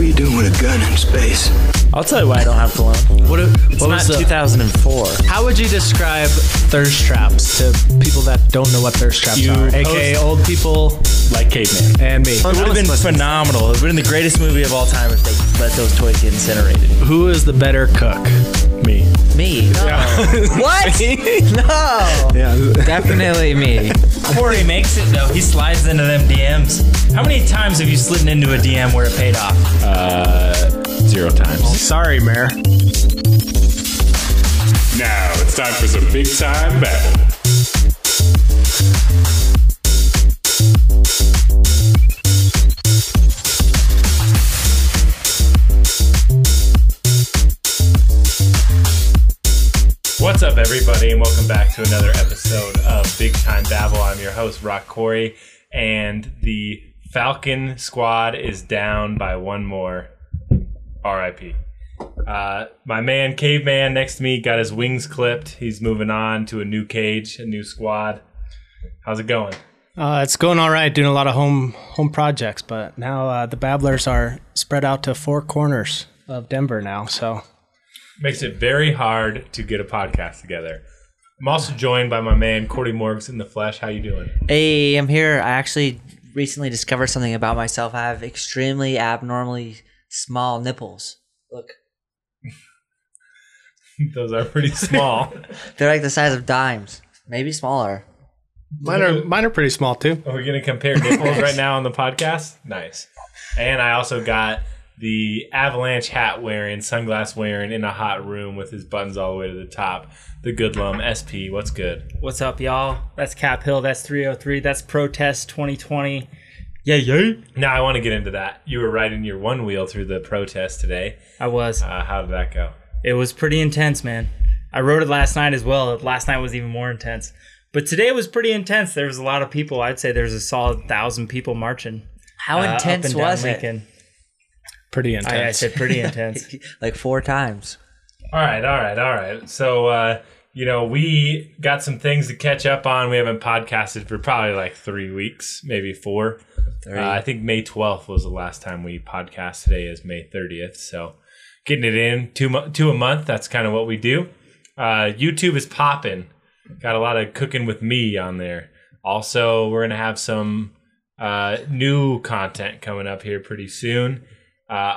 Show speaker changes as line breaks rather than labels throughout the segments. you doing with a gun in space?
I'll tell you why I don't have cologne.
What,
It's
what
not
was the,
2004.
how would you describe thirst traps to people that don't know what thirst traps
You
are?
post-
AKA old people
like caveman.
and me.
It would have been phenomenal. It would have been the greatest movie of all time if they let those toys get incinerated.
Who is the better cook?
Me.
Me. No. What? no.
Yeah.
Definitely me.
Corey makes it though. He slides into them DMs. How many times have you slid into a DM where it paid off?
Uh, zero times.
Sorry, Mayor.
Now it's time for some big time babble.
What's up, everybody, and welcome back to another episode of Big Time Babble. I'm your host, Rock Corey, and the Falcon squad is down by one more. RIP. Uh, my man, Caveman, next to me, got his wings clipped. He's moving on to a new cage, a new squad. How's it going?
Uh, it's going all right, doing a lot of home home projects, but now uh, the Babblers are spread out to four corners of Denver now. So
Makes it very hard to get a podcast together. I'm also joined by my man, Cordy Morgs in the flesh. How you doing?
Hey, I'm here. I actually recently discovered something about myself. I have extremely abnormally small nipples. Look,
Those are pretty small.
they're like the size of dimes, maybe smaller.
mine are mine are pretty small too.
Are we going to compare nipples right now on the podcast? Nice. And I also got the avalanche hat wearing, sunglass wearing in a hot room with his buttons all the way to the top. The good lum SP. What's good?
What's up, y'all? That's Cap Hill. That's 303. That's Protest 2020. Yeah, yeah.
Now I want to get into that. You were riding your one wheel through the protest today.
I was.
Uh, how did that go?
It was pretty intense, man. I wrote it last night as well. Last night was even more intense. But today was pretty intense. There was a lot of people. I'd say there was a solid thousand people marching.
How
uh, up
intense
and down
was it?
Lincoln.
Pretty
I, I
intense.
said pretty intense.
Like four times.
All right, all right, all right. So, uh, you know, we got some things to catch up on. We haven't podcasted for probably like three weeks, maybe four. Uh, I think May 12th was the last time we podcast. Today is May 30th. So, getting it in two, mo- two a month, that's kind of what we do. Uh, YouTube is popping. Got a lot of cooking with me on there. Also, we're going to have some uh, new content coming up here pretty soon. Uh,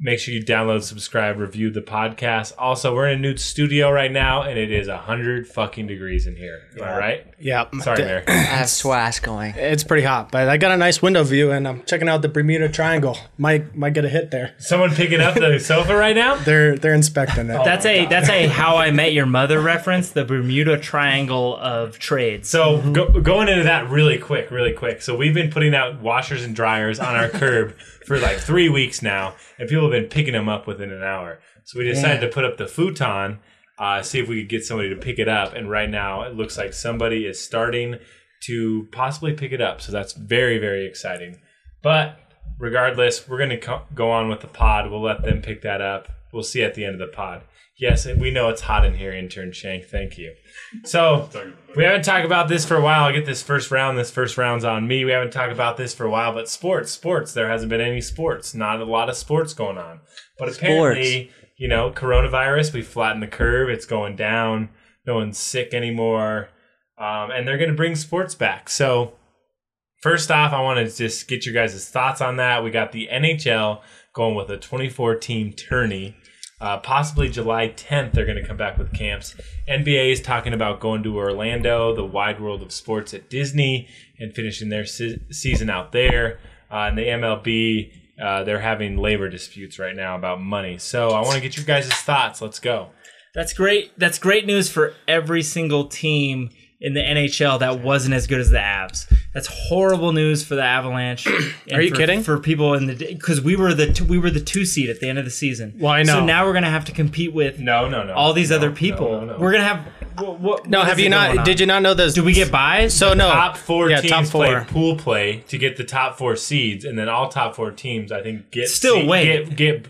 make sure you download, subscribe, review the podcast. Also, we're in a new studio right now, and it is hundred fucking degrees in here. Am I right?
yeah,
Sorry, Mayor.
I have swash going.
it's pretty hot, but I got a nice window view, and I'm checking out the Bermuda Triangle. Might might get a hit there.
Someone picking up the sofa right now.
They're they're inspecting it.
That's a that's a How I Met Your Mother reference. The Bermuda Triangle of trades.
So go, going into that really quick, really quick. So we've been putting out washers and dryers on our curb for like three weeks now, and people have been picking them up within an hour. So we decided to put up the futon, uh, see if we could get somebody to pick it up. And right now, it looks like somebody is starting to possibly pick it up. So that's very, very exciting. But regardless, we're going to co- go on with the pod. We'll let them pick that up. We'll see at the end of the pod. Yes, and we know it's hot in here, intern Shank. Thank you. So we haven't talked about this for a while. I'll get this first round. This first round's on me. We haven't talked about this for a while, but sports, sports. There hasn't been any sports. Not a lot of sports going on. But apparently, you know, coronavirus. We flattened the curve. It's going down. No one's sick anymore, um, and they're going to bring sports back. So First off, I want to just get your guys' thoughts on that. We got the NHL going with a 24 team tourney. Uh, possibly July 10th, they're going to come back with camps. NBA is talking about going to Orlando, the wide world of sports at Disney, and finishing their se- season out there. Uh, and the MLB, uh, they're having labor disputes right now about money. So I want to get your guys' thoughts. Let's go.
That's great. That's great news for every single team in the NHL that wasn't as good as the Avs. That's horrible news for the Avalanche. Are
you kidding?
For people in the because we were the two, we were the two seed at the end of the season.
Well, I
So
know.
now we're gonna have to compete with
No, no, no.
all these
No,
other
no,
people.
no, no.
We're gonna have. What, what,
no,
what
have
is
you
it going
not?
on?
Did you not know this?
Do we get buys?
So no.
top four
yeah,
teams
top four.
play pool play to get the top four seeds, and then all top four teams, I think, get
Still
see-
wait.
get, get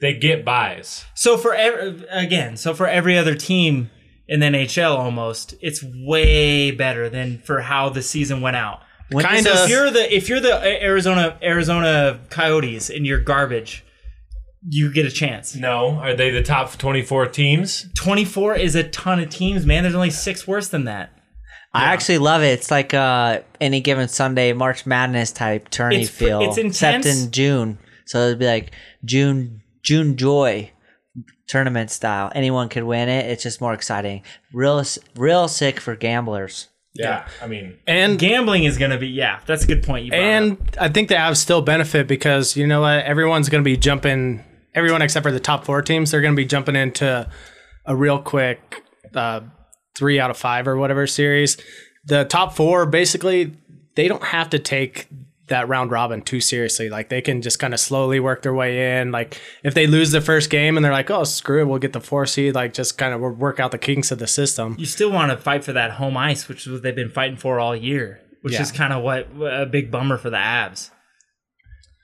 they get buys.
So for ev- again, so for every other team in the NHL, almost it's way better than for how the season went out.
Kind
So
of.
if you're the if you're the Arizona Arizona Coyotes and you're garbage, you get a chance.
No, are they the top 24 teams?
24 is a ton of teams, man. There's only six worse than that.
I actually love it. It's like uh, any given Sunday March Madness type tourney
It's fr-
feel.
it's
Except
intense.
in June, so it'd be like June June Joy tournament style. Anyone could win it. It's just more exciting. Real s- real sick for gamblers.
Yeah, I mean,
And
Gambling is going to be, yeah, that's a good point. You brought up.
and I think the Avs still benefit because you know what? Everyone's going to be jumping. Everyone except for the top four teams, they're going to be jumping into a real quick uh, three out of five or whatever series. The top four basically they don't have to take that round robin too seriously. Like they can just kind of slowly work their way in. Like if they lose the first game and they're like, "Oh, screw it, we'll get the four seed," like just kind of work out the kinks of the system.
you still want to fight for that home ice, which is what they've been fighting for all year, which
Yeah.
is kind of what a big bummer for the Abs.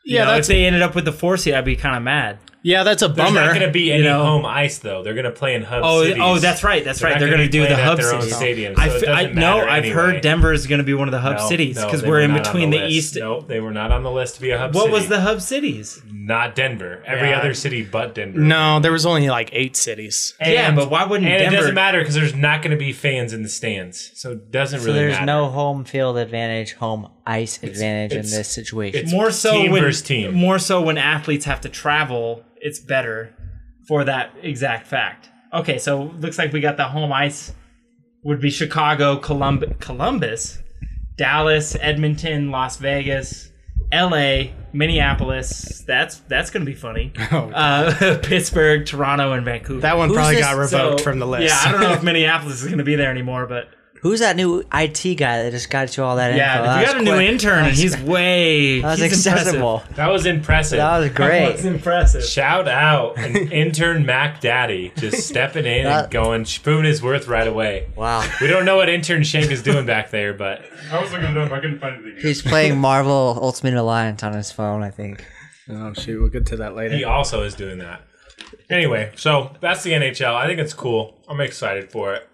Yeah,
yeah, know, if
that's-
they ended up with the four seed, I'd be kind of mad.
Yeah, that's a
there's
bummer.
not going to be any
know.
home ice though. They're going to play in hub
Oh,
cities.
oh, that's right, that's
They're
right.
not
They're
gonna
going to
be
do the
playing at
hub
their own
cities.
stadium,
I
so it
fe- I-
doesn't
no,
matter
I've heard
anyway.
Denver is going to be one of the hub
No,
cities
no,
because
they
we're
were
in
not on
between the,
list.
East.
No, they were not on the list to be a hub.
What
city.
was the hub cities?
Not Denver. Every
Yeah.
other city but Denver.
no, there was only like eight cities.
And-
Yeah, but why wouldn't
And
Denver-
it doesn't matter because there's not going to be fans in the stands, so it doesn't
So
really
there's
matter.
no home field advantage, home ice advantage
it's-
in this situation.
it's-
more so
team
when
versus team.
more so when athletes have to travel, it's better for that exact fact. Okay, so looks like we got the home ice would be Chicago, Columb- Columbus, Dallas, Edmonton, Las Vegas, L.A., Minneapolis. That's that's gonna be funny. uh, Pittsburgh, Toronto, and Vancouver.
That one
Who's
probably
this-
got revoked
So,
from the list.
Yeah, I don't know if Minneapolis is gonna be there anymore, but
Who's that new IT guy that just got you all that
yeah,
info?
we
That
got a
was
new
quick.
intern, and he's way
That was
he's impressive.
accessible.
that was impressive.
That was
That was
great.
impressive.
Shout out an intern Mac Daddy just stepping in
That-
and going, proving his worth right away.
Wow.
We don't know what intern Shank is doing back there, but
I was looking it up. I couldn't find anything.
He's playing Marvel Ultimate Alliance on his phone, I think.
Oh shoot, we'll get to that later.
he also is doing that. Anyway, so that's the NHL. I think it's cool. I'm excited for it.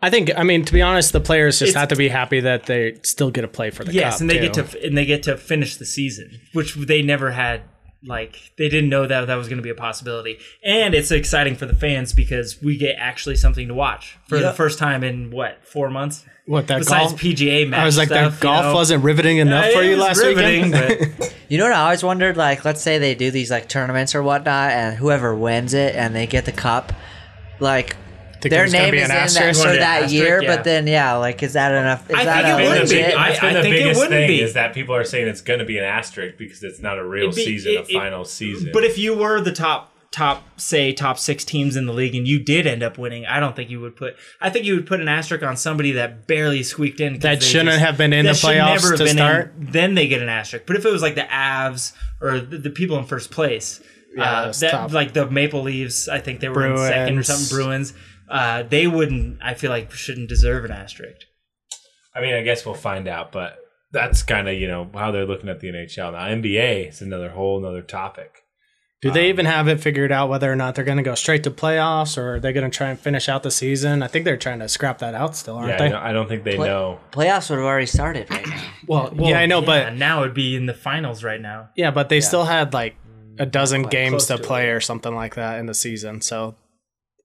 I think I mean to be honest, the players just
It's-
have to be happy that they still get to play for the
yes,
cup.
and they
too.
get to and they get to finish the season, which they never had. Like they didn't know that that was going to be a possibility, and it's exciting for the fans because we get actually something to watch for the first time in what four months.
what that
Besides
golf.
PGA match,
I was like
stuff,
that golf
you know?
wasn't riveting enough
It
for you
was
last
riveting,
weekend.
but
You know what I always wondered? Like, let's say they do these like tournaments or whatnot, and whoever wins it and they get the cup, like
Think
their
there's gonna
name
be
is in
an
that
asterisk?
for
Wanted an
that
asterisk,
year.
yeah.
But then, yeah, like, is that enough? Is
I
that
think it
a
would
Been the
be.
big-
I-
that's been
I
the
think it
biggest
wouldn't
thing
be.
is that people are saying it's going to be an asterisk because it's not a real
It'd be-
season,
it-
a
it-
final season.
but if you were the top top say top six teams in the league and you did end up winning, I don't think you would put. I think you would put an asterisk on somebody that barely squeaked in 'cause
That
they
shouldn't have been in
that
the
should
playoffs
never have
to
been in,
start.
then they get an asterisk. But if it was like the Avs or the, the people in first place, uh,
that's
that
tough.
like the Maple Leaves, I think they were in second or
Bruins.
something. Bruins, uh, they wouldn't. I feel like shouldn't deserve an asterisk.
I mean, I guess we'll find out, but that's kind of you know how they're looking at the NHL now. NBA is another whole another topic.
Do they even have it figured out whether or not they're going to go straight to playoffs or are they going to try and finish out the season? I think they're trying to scrap that out still, aren't
Yeah, I
they?
don't, I don't think they
Play-
know.
playoffs would have already started right now.
Well, yeah, I know, but
now it'd be in the finals right now.
yeah, but they still had like a dozen
close
games to
to
play or something like that in the season. So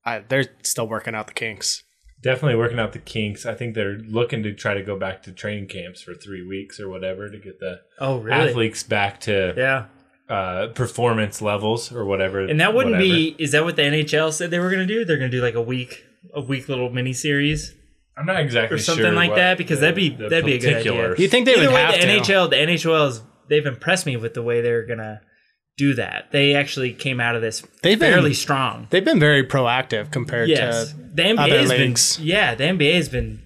I, they're still working out the kinks.
Definitely working out the kinks. I think they're looking to try to go back to training camps for three weeks or whatever to get the
Oh, really?
athletes back to
Yeah.
uh, performance levels or whatever.
And that wouldn't be. Is that what the NHL said they were going to do? They're going to do like a week, a week little mini series.
I'm not exactly
or something
sure
like
what
that, because that'd be-
the
that'd be a good
particulars-
idea.
You think they
Either
would
way,
have
the
to?
NHL, the NHL is they've impressed me with the way they're gonna do that. They actually came out of this
They've been-
fairly strong.
They've been very proactive compared
Yes,
to
the NBA has
other
been
leagues.
yeah, the NBA has been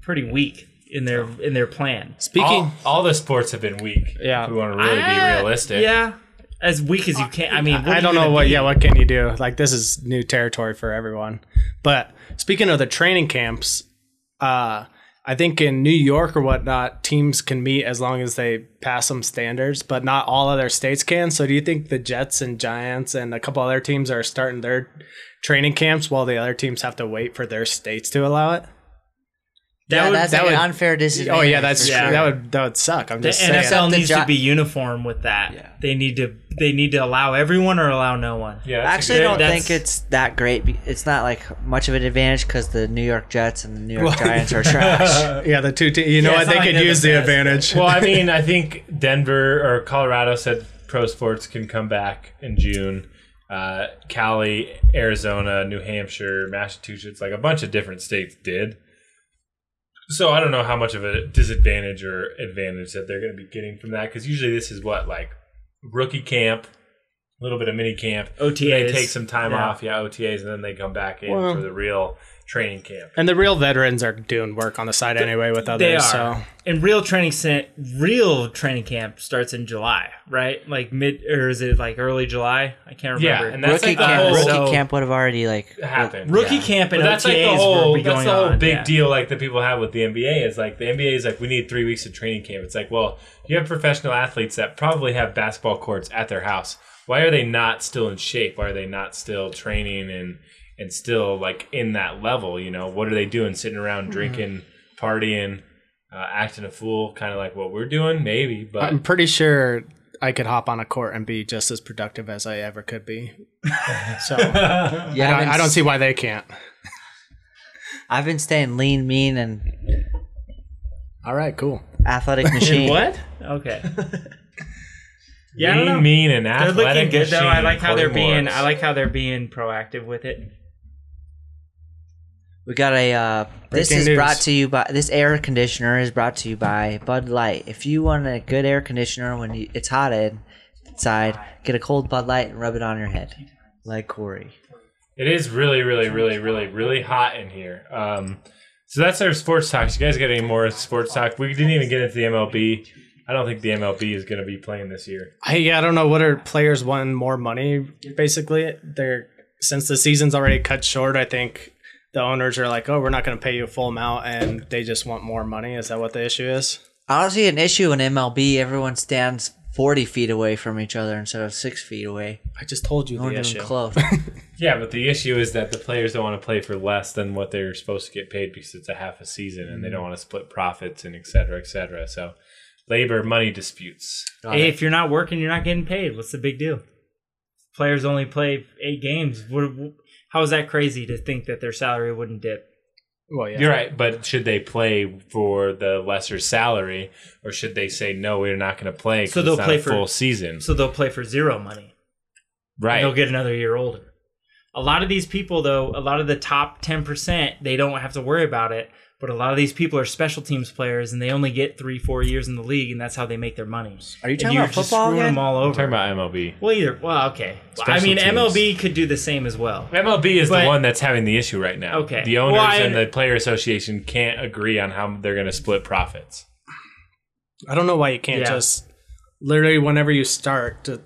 pretty weak in their in their plan.
speaking.
all, all the sports have been weak.
Yeah.
if we want to really be
Ah,
realistic.
Yeah, as weak as you can. I mean, what
I
are
don't
you
know
gonna
what.
do?
Yeah, what can you do? Like this is new territory for everyone. But speaking of the training camps, uh, I think in New York or whatnot, teams can meet as long as they pass some standards, but not all other states can. So do you think the Jets and Giants and a couple other teams are starting their training camps while the other teams have to wait for their states to allow it?
That
yeah,
would-
that's
that
like an
would-
unfair disadvantage.
Oh yeah, that's
for
sure.
that would that would suck. I'm
The
just saying.
NFL
Except the
needs
jo-
to be uniform with that.
Yeah.
They need to they need to allow everyone or allow no one.
Yeah,
I
that's a
actually
good-
don't
that's-
think it's that great. be- It's not like much of an advantage because the New York Jets and the New York Giants are trash.
Uh, Yeah, the two teams. You know
Yeah,
what?
it's
They
not like
could
they're
use
the
the
best.
advantage.
Well, I mean, I think Denver or Colorado said pro sports can come back in June. Uh, Cali, Arizona, New Hampshire, Massachusetts, like a bunch of different states did. So I don't know how much of a disadvantage or advantage that they're going to be getting from that because usually this is what like rookie camp, a little bit of mini camp. They
OTAs.
take some time
Yeah.
off, yeah, OTAs, and then they come back in
Well-
for the real training camp.
and the real veterans are doing work on the side anyway with others.
They are.
So
And real training cent- real training camp starts in July, right? Like mid or is it like early July? I can't
Yeah,
remember.
and that's
rookie
like the
camp,
whole
rookie
so-
camp would have already like
happened.
Rookie
yeah.
camp and
But that's
OTAs
like the whole
would be going
that's the whole
on,
big
yeah.
deal like that people have with the NBA is like the NBA is like we need three weeks of training camp. It's like well you have professional athletes that probably have basketball courts at their house. Why are they not still in shape? Why are they not still training and and still like in that level? You know what are they doing? Sitting
Mm-hmm.
around drinking, partying, uh, acting a fool, kind of like what we're doing maybe. But
Uh,
I'm pretty sure I could hop on a court and be just as productive as I ever could be. So I don't,
yeah. I've been
I don't
s-
see why they can't.
I've been staying lean, mean, and
All right, cool.
athletic machine.
What? Okay. yeah, I
lean,
don't know.
mean and
They're
athletic.
looking good though.
machine,
I like how they're
Corey
being
Morris.
I like how they're being proactive with it.
We got a. Uh, this
Breaking
is
news.
brought to you by this air conditioner is brought to you by Bud Light. If you want a good air conditioner when you, it's hot in- inside, get a cold Bud Light and rub it on your head, like Corey.
It is really, really, really, really, really hot in here. Um, so that's our sports talk. You guys got any more sports talk? We didn't even get into the MLB. I don't think the MLB is going to be playing this year.
I, yeah, I don't know what are players want more money. Basically, they're since the season's already cut short. I think the owners are like, oh, we're not going to pay you a full amount, and they just want more money. Is that what the issue is?
I don't see an issue in MLB. Everyone stands forty feet away from each other instead of six feet away.
I just told you
No one's
the
even
issue.
close.
Yeah, but the issue is that the players don't want to play for less than what they're supposed to get paid because it's a half a season and they don't want to split profits and et cetera, et cetera. So labor money disputes.
Hey, if you're not working, you're not getting paid. What's the big deal? Players only play eight games. What, how is that crazy to think that their salary wouldn't dip?
Well, yeah.
You're right, but should they play for the lesser salary or should they say, no, we're not going to play 'cause
So they'll
it's not
play
a
for-
full season?
So they'll play for zero money.
right.
And they'll get another year older. A lot of these people, though, a lot of the top 10%, they don't have to worry about it. But a lot of these people are special teams players and they only get three, four years in the league, and that's how they make their money.
Are you
And
talking
you're
about
just
football
screwing
again?
them all over.
talking about MLB.
well, either. Well, okay. Well, I
Special
mean,
teams.
MLB could do the same as well.
MLB is
But-
the one that's having the issue right now.
Okay.
The owners
Well, I-
and the player association can't agree on how they're going to split profits.
I don't know why you can't
Yeah.
just literally whenever you start to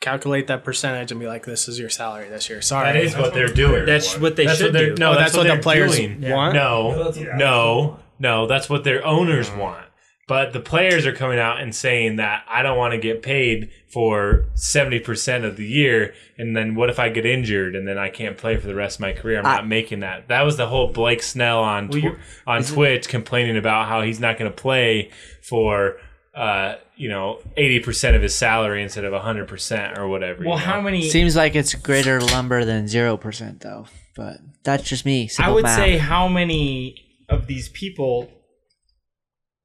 calculate that percentage and be like, this is your salary this year. Sorry.
That is what they're doing.
That's what they should do.
they're- No,
Oh,
that's, what, the players
want?
No, no, no. That's what their owners want. But the players are coming out and saying that I don't want to get paid for seventy percent of the year, and then what if I get injured and then I can't play for the rest of my career? I'm not making that. That was the whole Blake Snell on tw-
you're-
on Twitch complaining about how he's not going to play for uh, you know eighty percent of his salary instead of hundred percent or whatever.
Well,
you know?
how many?
Seems like it's greater lumber than zero percent though. But that's just me.
I
simple
would
math.
say how many of these people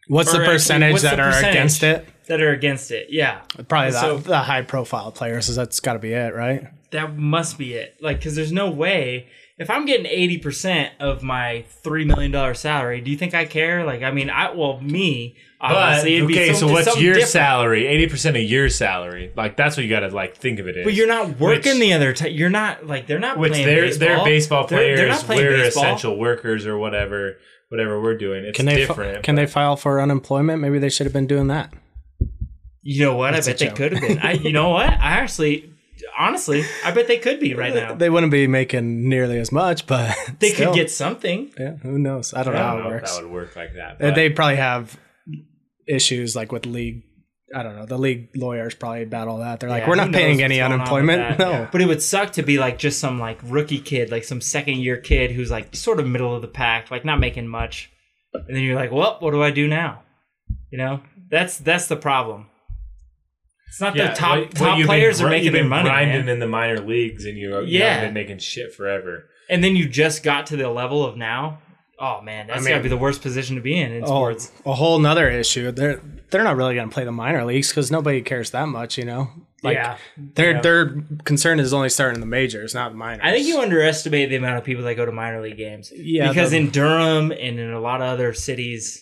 What's the
Or actually,
percentage
what's
that
the
are
percentage?
against it?
that are against it? Yeah,
Probably
So-
the, the high profile players. So that's got to be it, right?
that must be it. Like, because there's no way if I'm getting eighty percent of my three million dollar salary, do you think I care? Like, I mean, I well, me
But
obviously. it'd be
okay, so
something-
what's
something
your
different.
salary? Eighty percent of your salary, like that's what you got to like think of it as.
But you're not working
Which-
the other time. You're not like they're not
which
playing
they're
baseball.
they're baseball
They're-
players.
They're, not playing
we're
baseball.
essential workers or whatever, whatever we're doing. It's
Can they fi-
different.
can they file for unemployment? Maybe they should have been doing that.
You know what?
That's
I
a
bet they
joke.
could have been. I, you know what? I actually, honestly, I bet they could be right now.
They wouldn't be making nearly as much, but
They
still.
could get something.
Yeah, who knows? I don't
I
know
don't
how it
know if
works.
that would work like that.
They-
but-
They probably have issues like with league. I don't know. The league lawyers probably battle that. They're like,
Yeah,
we're
who
not
knows
paying
what's
any
going on with
unemployment.
that.
No,
But it would suck to be like just some like rookie kid, like some second year kid who's like sort of middle of the pack, like not making much.
and then you're like, well, what do I do now? You know, that's that's the problem. It's not the top
what- what
top
you've been
players
gri-
are making
you've been
their money,
grinding
man.
in the minor leagues, and you, you
Yeah.
have been making shit forever.
and then you just got to the level of now. Oh man, that's gotta be the worst position to be in in
oh,
sports.
a whole nother issue. They're they're not really going to play the minor leagues because nobody cares that much, you know. Like
yeah,
their their concern is only starting in the majors, not the minors.
I think you underestimate the amount of people that go to minor league games.
Yeah,
because
the-
in Durham and in a lot of other cities,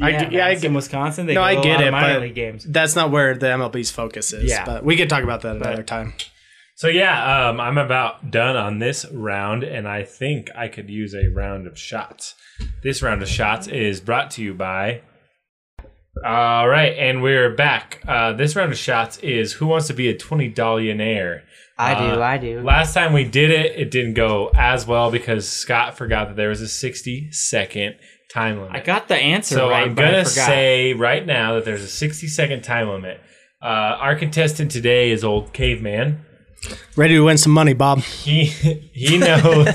I
yeah,
get- yeah, I
Madison,
get-
Wisconsin. They
No,
go
I
to a
get
lot of
it,
Minor
but-
league games.
that's not where the MLB's focus is.
Yeah.
but we could talk about that another time.
So yeah, um, I'm about done on this round, and I think I could use a round of shots. This round of shots is brought to you by. All right, and we're back. Uh, this round of shots is who wants to be a twenty dollionaire.
I
Uh,
do, I do.
Last time we did it, it didn't go as well because Scott forgot that there was a sixty second time limit.
I got the answer
So
right,
I'm
but I
gonna
forgot.
say right now that there's a 60 second time limit. Uh, our contestant today is old caveman.
Ready to win some money, Bob.
He he knows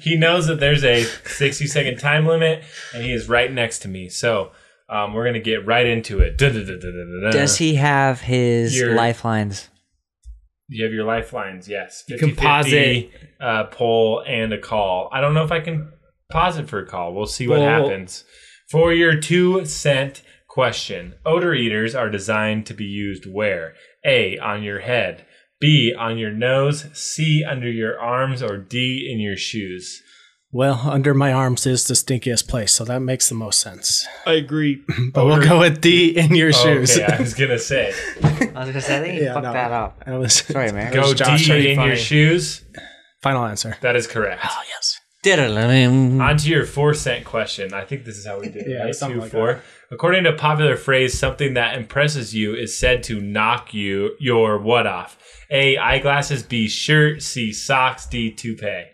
he knows that there's a 60 second time limit, and he is right next to me. So um, we're gonna get right into it. Dun-dun-dun-dun-dun-dun.
Does he have his
Your-
lifelines?
You have your lifelines. Yes, you
can pause
uh, poll and a call. I don't know if I can pause it for a call. We'll see what
Well-
happens. For your two cent question, odor eaters are designed to be used where? A on your head, B on your nose, C under your arms, or D in your shoes.
Well, under my arms is the stinkiest place, so that makes the most sense.
I agree.
But we'll go with D in your shoes.
Oh, Okay, I was gonna say
I was gonna say, I think you
Yeah,
fucked
no.
that up.
That was
Sorry, man.
go D
Josh, pretty
in
funny. Oh,
your shoes.
final answer.
That is correct.
yes.
Diddle-a-lim.
On to your four cent question. I think this is how we did it.
Yeah,
right?
something
Two,
like
four. According to popular phrase, something that impresses you is said to knock you your what off? A eyeglasses, B shirt, C socks, D toupee.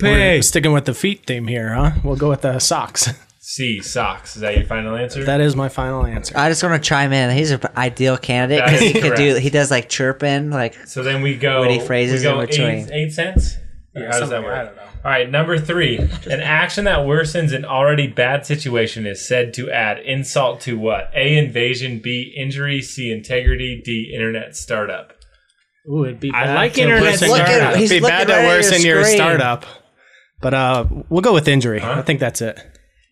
We're sticking with the feet theme here, huh? We'll go with the socks.
C socks. Is that your final answer?
that is my final answer.
I just want to chime in. He's an ideal candidate
That
because
is
he could do.
correct.
He does like chirping, like
so then we go.
Witty
we
phrases
go
in
eight,
between.
eight cents. Or how does that
something,
work?
I don't know.
All right, number three. An action that worsens an already bad situation is said to add insult to what? A invasion, B injury, C integrity, D internet startup.
Ooh, it'd be
I
bad
like
to
internet
worsen
Look
your-
at-
it'd
he's
be
looking
bad
right
to
at your
worsen your,
screen.
startup. But uh, we'll go with injury. I think that's it.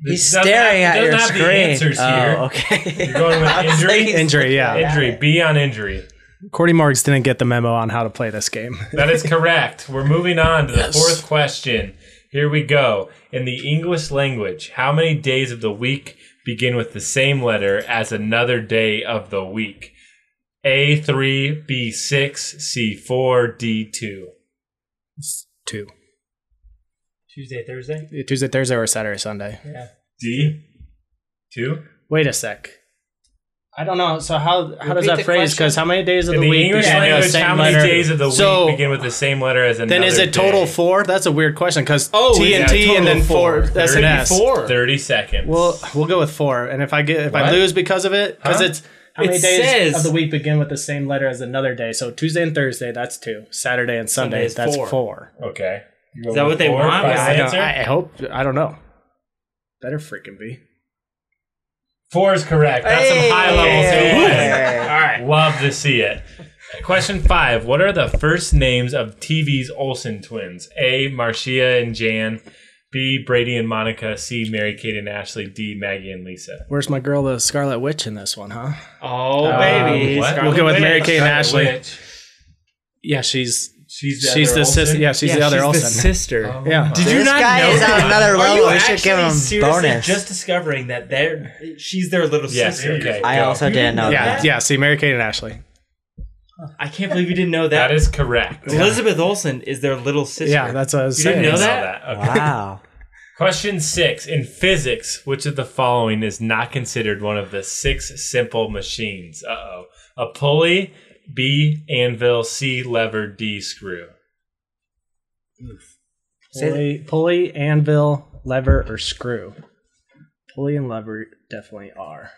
he's
doesn't
staring
have- doesn't
at your
have the
screen.
answers
oh,
here.
okay.
You're going with injury?
Injury, yeah.
Injury. B on injury.
Cordy Morgs didn't get the memo on how to play this game.
That is correct. We're moving on to the fourth question. Here we go. In the English language, how many days of the week begin with the same letter as another day of the week? A3, B6, C4, D2.
Two.
Tuesday, Thursday.
Tuesday, Thursday, or Saturday, Sunday.
D? Two?
Wait a sec. I don't know. So how how does
Repeat
that phrase?
the question.
Because how many days of
In
the
the
week?
English
begin with the
language,
same
how many
letter?
days of the
So,
week begin with the same letter as another
Then is it total
day?
four? That's a weird question. Because
Oh,
T
yeah,
and T and
total
then four.
four.
That's an S.
30 seconds.
Well, we'll go with four. And if I get if I
What?
lose because of it, because
Huh?
it's how
It
many days
says-
of the week begin with the same letter as another day? So Tuesday and Thursday, that's two. Saturday and Sunday,
Sunday is
that's
four.
four.
okay.
Is that what they want?
final
Was
I, don't,
answer?
I I hope I don't know. Better freaking be.
Four is correct. That's
Hey!
some high level
Hey!
All right. Love to see it. Question five What are the first names of TV's Olsen twins? A. Marcia and Jan. B. Brady and Monica. C. Mary Kate and Ashley. D. Maggie and Lisa.
Where's my girl, the Scarlet Witch, in this one, huh?
Oh
Uh,
Um,
baby,
what?
Scarlet
We'll go with
Witch.
Mary Kate and
Scarlet
Ashley.
Witch.
Yeah, she's
She's the,
she's
other
the
Olsen?
sister. Yeah, she's
Yeah,
the other
she's
Olsen.
sister.
Oh.
yeah.
Did
This guy is on another level. We should give him bonus.
Just discovering that they're she's their little
Yes.
sister.
Okay.
I
go.
also didn't know
yeah,
that.
yeah. See, Mary Kate and Ashley.
I can't believe you didn't know that.
That is correct.
Elizabeth Olsen is their little sister.
Yeah, that's what I was
You
saying.
didn't know that?
Okay.
Wow.
Question six. In physics, which of the following is not considered one of the six simple machines? Uh oh. A pulley, B, anvil, C, lever, D, screw.
Pulley, pulley, anvil, lever, or screw. Pulley and lever definitely are.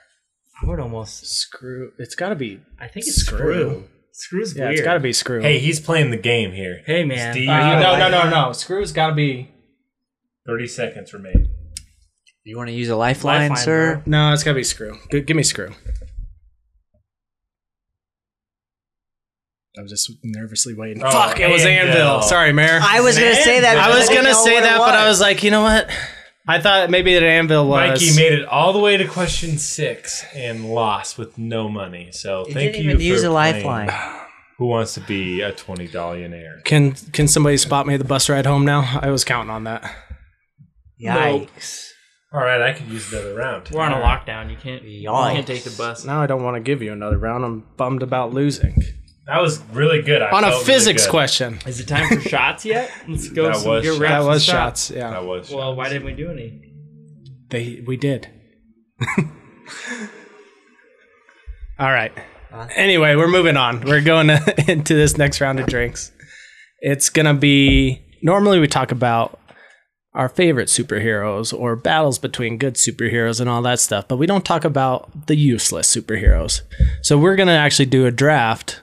I would almost.
Screw. It's got to be.
I think it's screw.
Screw.
Screw's
Yeah,
weird.
it's got to be screw.
Hey, he's playing the game here.
Hey man,
Steve,
Uh, no, no, no, no. Screw's got to be.
30 seconds remain.
You want to use a lifeline,
Lifeline,
sir?
bro.
No, it's gotta be screw. G- give me screw. I was just nervously waiting.
Oh,
Fuck, it was
Anvil.
anvil. Sorry, Mayor. I,
I was gonna say that. but
was
didn't
gonna
know
say
what it
that, but I was like, you know what? I thought maybe that anvil was.
Mikey made it all the way to question six and lost with no money. So
It
thank
didn't
you
even
for
use a
playing
lifeline.
Who wants to be a twenty dollar
can can somebody spot me the bus ride home now? I was counting on that.
Yikes!
All right, I could use another round.
We're on
Uh,
a lockdown. You can't. You can't
Yikes.
take the bus.
Now I don't want to give you another round. I'm bummed about losing
That was really good. I
on a
felt Oh, really
physics
good.
question.
Is it time for shots yet? Let's go.
That
some-
was
get
shots.
wrapped
That
some
was shots. Yeah,
That was
Well, why didn't we do any?
they we did. All right. Anyway, we're moving on. We're going to, into this next round of drinks. It's gonna be normally we talk about our favorite superheroes or battles between good superheroes and all that stuff, but we don't talk about the useless superheroes. So we're gonna actually do a draft,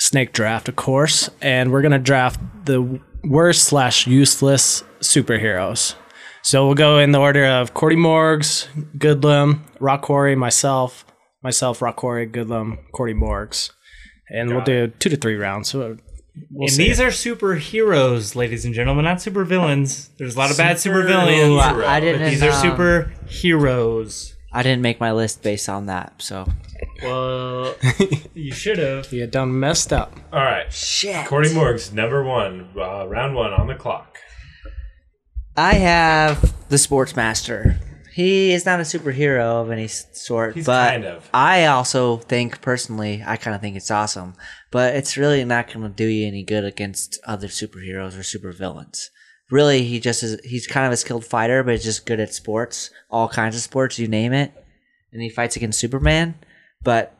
snake draft, of course, and we're gonna draft the worst slash useless superheroes. So we'll go in the order of Cordy Morgs, Goodlum, Rock Quarry, myself, myself, Rock Quarry, Goodlum, Cordy Morgs. And we'll do two to three rounds. So we'll
and
see.
these are superheroes, ladies and gentlemen, not supervillains. There's a lot of bad
Ooh,
supervillains.
I, I didn't.
These are
um,
superheroes.
I didn't make my list based on that. So
Well, you should have.
you done messed up.
All right,
shit.
Cordy Morgs, number one, uh, round one on the clock.
I have the Sportsmaster. He is not a superhero of any s- sort,
He's
but
kind of.
I also think personally, I kind of think it's awesome. But it's really not going to do you any good against other superheroes or supervillains. Really, he just is. He's kind of a skilled fighter, but he's just good at sports, all kinds of sports, you name it. And he fights against Superman, but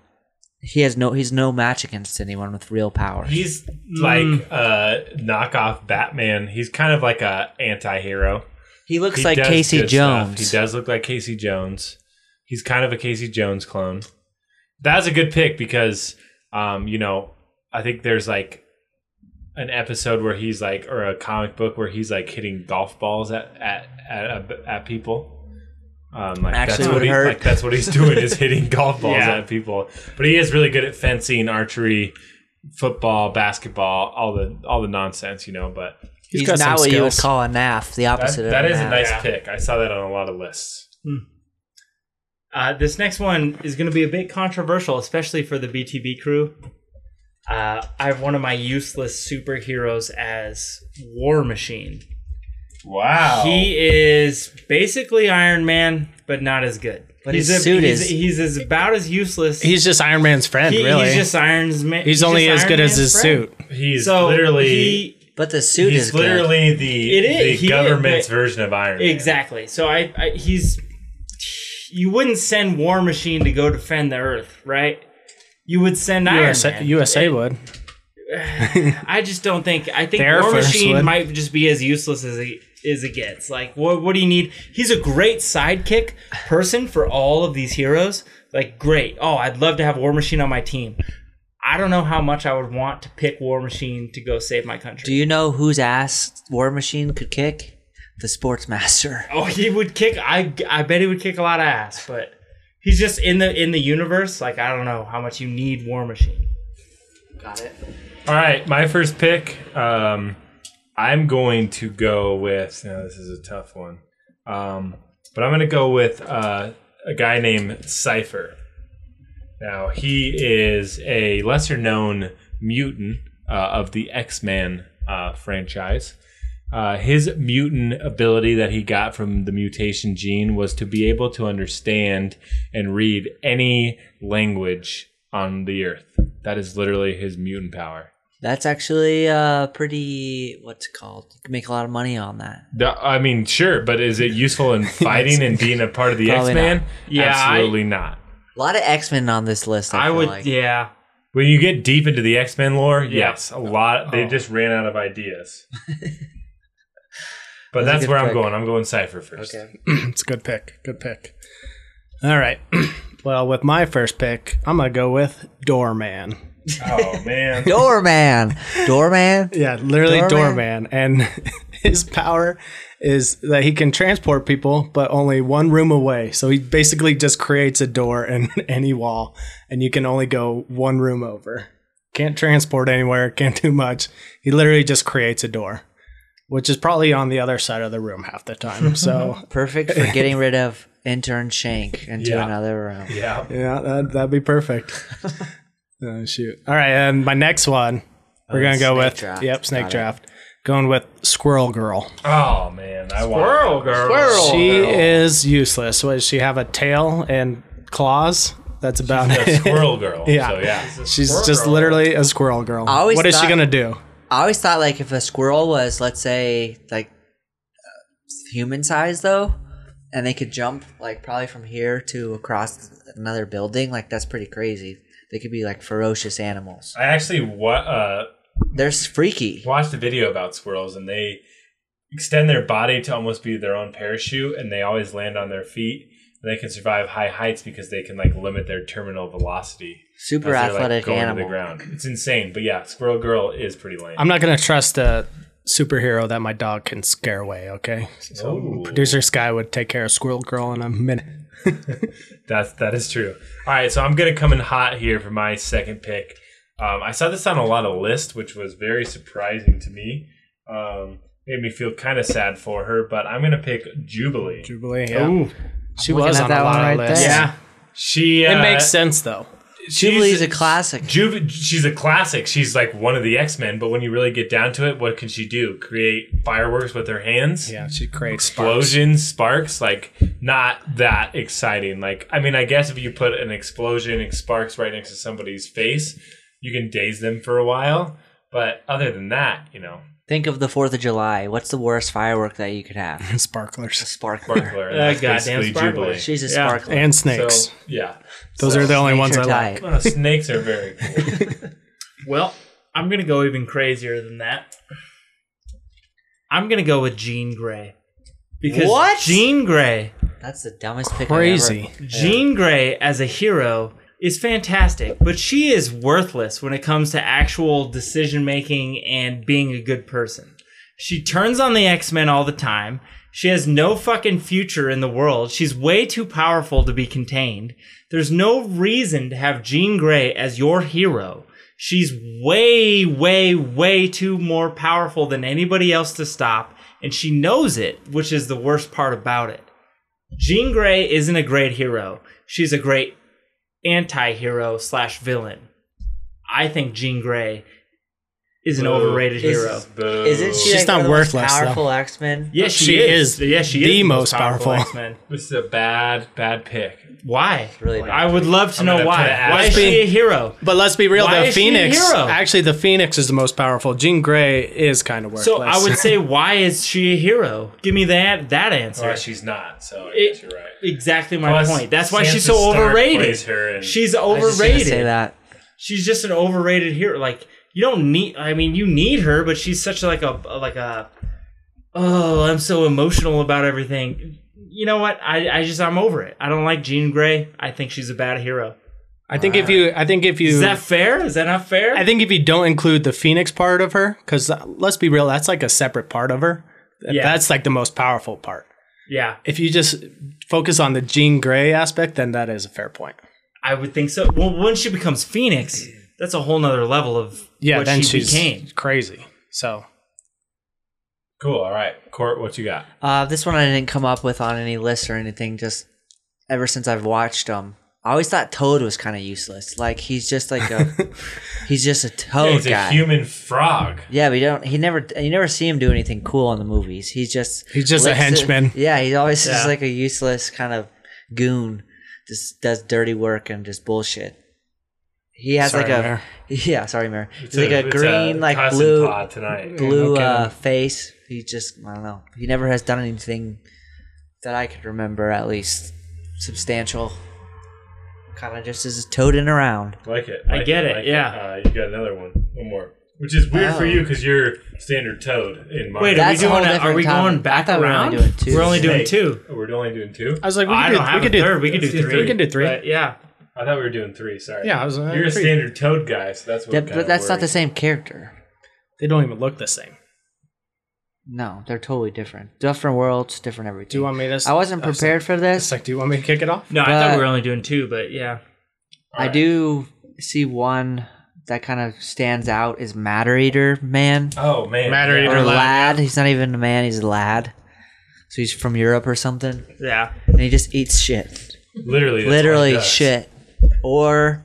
he has no. He's no match against anyone with real power.
He's like uh, knockoff Batman. He's kind of like a anti-hero.
He looks
He
like
does
Casey
good stuff.
Jones.
He does look like Casey Jones. He's kind of a Casey Jones clone. That's a good pick because, um, you know, I think there's like an episode where he's like, or a comic book where he's like hitting golf balls at at at, at people. Um, like
Actually
that's
would
what he,
hurt.
like that's what he's doing is hitting golf balls
Yeah.
at people. But he is really good at fencing, archery, football, basketball, all the all the nonsense, you know. But
He's,
got some
not what you would
skills.
call a naff. The
that,
opposite of
that is a
naff.
nice pick. I saw that on a lot of lists.
Uh, this next one is going to be a bit controversial, especially for the BTB crew. Uh, I have one of my useless superheroes as War Machine.
Wow.
He is basically Iron Man, but not as good.
But his suit
he's,
is-
he's as about as useless.
He's just Iron Man's friend,
He-
really.
he's just Iron Man.
He's only
just
as
Iron
good as
Man's
his
friend.
suit.
He's
So
literally
he
But the suit
he's
is good.
literally the
It is,
the
he is,
government's
but-
version of Iron Man.
Exactly. So I, I he's you wouldn't send War Machine to go defend the Earth, right? You would send Iron
USA,
Man.
USA would.
I just don't think. I think
Their
War
first
Machine
one.
might just be as useless as he is it gets. Like, what what do you need? He's a great sidekick person for all of these heroes. Like, great. Oh, I'd love to have War Machine on my team. I don't know how much I would want to pick War Machine to go save my country.
Do you know whose ass War Machine could kick? The Sportsmaster.
Oh, he would kick. I I bet he would kick a lot of ass, but he's just in the in the universe. Like I don't know how much you need War Machine.
All right, my first pick. Um, I'm going to go with. Now this is a tough one, um, but I'm going to go with uh, a guy named Cipher. Now he is a lesser known mutant uh, of the X Men uh, franchise. Uh, his mutant ability that he got from the mutation gene was to be able to understand and read any language on the earth. That is literally his mutant power.
That's actually uh pretty what's it called? You can make a lot of money on that.
The- I mean, sure, but is it useful in fighting and being a part of the X
Probably
Men?
Yeah,
Absolutely not.
A lot of X Men on this list. I,
I
feel
would.
Like.
Yeah.
When you get deep into the X Men lore, yes, a lot.
Oh.
They just ran out of ideas. but
That's a
that's
good
where I'm
pick.
going. I'm going Cypher first.
It's a good pick. Good pick. All right. Well, with my first pick, I'm going to go with Doorman.
Oh, man.
Doorman. Doorman.
Yeah, literally
Doorman?
Doorman. And his power is that he can transport people, but only one room away. So he basically just creates a door in any wall, and you can only go one room over. Can't transport anywhere, can't do much. He literally just creates a door, which is probably on the other side of the room half the time. So
Perfect for getting rid of intern Shank into
Yeah.
another room.
Yeah.
Yeah, that, that'd be perfect. oh, shoot. All right. And my next one, we're going to go
Oh, snake
with,
draft.
yep, snake
Got it.
draft. Going with Squirrel Girl.
Oh man, I want.
Squirrel girl.
she
Oh,
is useless. What does she have? A tail and claws? That's about
A
it.
squirrel girl.
Yeah.
So yeah.
She's just literally a squirrel girl.
I always
What is she
thought-
going to do?
I always thought like if a squirrel was let's say like human size though, and they could jump like probably from here to across another building, like that's pretty crazy. They could be like ferocious animals.
I actually wa- uh,
They're s- freaky.
watched a video about squirrels, and they extend their body to almost be their own parachute, and they always land on their feet. And they can survive high heights because they can like limit their terminal velocity.
Super
as they're, like,
athletic
going To
animal.
the ground. It's insane, but yeah, squirrel girl is pretty lame.
I'm not going to trust a superhero that my dog can scare away, okay? So
Ooh.
producer Sky would take care of Squirrel Girl in a minute.
That's that is true. All right, so I'm gonna come in hot here for my second pick. Um, I saw this on a lot of lists, which was very surprising to me. Um, made me feel kind of sad for her, but I'm gonna pick Jubilee.
Jubilee, yeah.
Ooh.
She
I'm looking
was
at
on a
that
lot
one
of
right
lists.
there.
Yeah.
She uh,
It makes sense, though.
she's-
Jubilee's a classic.
Juve, she's a classic. She's like one of the X Men, but when you really get down to it, what can she do? Create fireworks with her hands?
Yeah, she creates sparks.
explosions, sparks, like not that exciting. Like I mean, I guess if you put an explosion and sparks right next to somebody's face, you can daze them for a while. But other than that, you know,
Think of the Fourth of July. What's the worst firework that you could have? A
Sparklers
sparkler.
sparkler.
Uh,
that's
goddamn
basically
sparkler.
Jubilee.
She's a
Yeah.
sparkler.
and snakes.
So yeah,
Those
so-
are the only ones
Nature
I like.
diet.
Oh, snakes are very cool.
Well, I'm gonna go even crazier than that. I'm gonna go with Jean Grey. Because
What?
Jean Grey.
That's the dumbest pick. I've
Crazy.
Jean Grey as a hero is fantastic, but she is worthless when it comes to actual decision making and being a good person. She turns on the X Men all the time. She has no fucking future in the world. She's way too powerful to be contained. There's no reason to have Jean Grey as your hero. She's way, way, way too more powerful than anybody else to stop, and she knows it, which is the worst part about it. Jean Grey isn't a great hero. She's a great anti-hero slash villain. I think Jean Grey is an overrated hero.
ever- Isn't she?
She's
like,
not
one of the most
worthless, though.
Powerful X Men.
Yes, she,
She
is.
is
Yeah, she
the
is
most powerful.
X-Men.
This is a bad, bad pick.
Why?
Really bad.
I would love to
I'm
know
gonna
why.
try to ask
Why is
her.
she a hero?
But let's be real,
Why
the
is she a
Phoenix.
hero?
Actually, the Phoenix is the most powerful. Jean Grey is kind of worthless.
So I would say, why is she a hero? Give me that that answer.
Or she's not. So I
It-
guess you're right.
exactly my
Plus,
point. That's why she's
Sansa
so
Stark
overrated.
plays her and-
She's
I was just gonna
overrated.
Say that.
she's just an overrated hero. Like you don't need. I mean, you need her, but she's such like a like a. Oh, I'm so emotional about everything. You know what? I, I just I'm over it. I don't like Jean Grey. I think she's a bad hero.
I think if you, I think if you,
Is that fair? Is that not fair?
I think if you don't include the Phoenix part of her, because let's be real, that's like a separate part of her.
Yeah.
That's like the most powerful part.
yeah,
If you just focus on the Jean Grey aspect, then that is a fair point.
I would think so. Well, once she becomes Phoenix, that's a whole nother level of
Yeah,
what
then
she
she's
became.
crazy. So
Cool. All right, Court, what you got?
Uh, this one I didn't come up with on any list or anything. Just ever since I've watched them, I always thought Toad was kind of useless. Like he's just like a he's just a Toad
He's
guy.
a human frog.
yeah, we don't. He never. You never see him do anything cool in the movies. He's just
He's just a
licks it-
henchman.
Yeah, he's always just
Yeah.
like a useless kind of goon. Just does dirty work and just bullshit. He has like
Sorry,
a
Mayor.
yeah. Sorry, Mayor. He's
So
like a
it's
green, like
cousin
blue,
pod tonight.
blue
Okay.
uh, face. He just, I don't know. He never has done anything that I could remember, at least substantial. Kind of just is toting around.
Like it.
I
like
get it,
like
yeah.
Uh, you got another one. One more. Which is weird for
Wow.
you because you're standard toad in my.
Wait, are we
That's a whole
doing? A, are
different
we
topic.
going back
I thought we were only
around?
doing two.
We're only doing
Hey.
two.
Oh, we're only doing two?
I was like, we
I
could,
don't
do,
have
we
a
could do
third. We could do
Let's do
three.
We can
do three.
But, yeah.
I thought we were doing three. Sorry.
Yeah, I was- I
you're a
agree.
standard toad guy, so that's what.
That- but that's not the
same.
same character.
They don't even look the same.
No, they're totally different. Different worlds, different everything.
Do you want me to?
I wasn't prepared for this.
It's like, do you want me to kick it off?
No, I thought
But-
we were only doing two, but yeah.
I do see one that kind of stands out is Matter Eater Man
Oh man,
Matter
or
Eater
lad.
Lad.
He's not even a man. He's a lad. So he's from Europe or something,
Yeah.
and he just eats shit.
literally, that's what he
Literally
does.
shit, or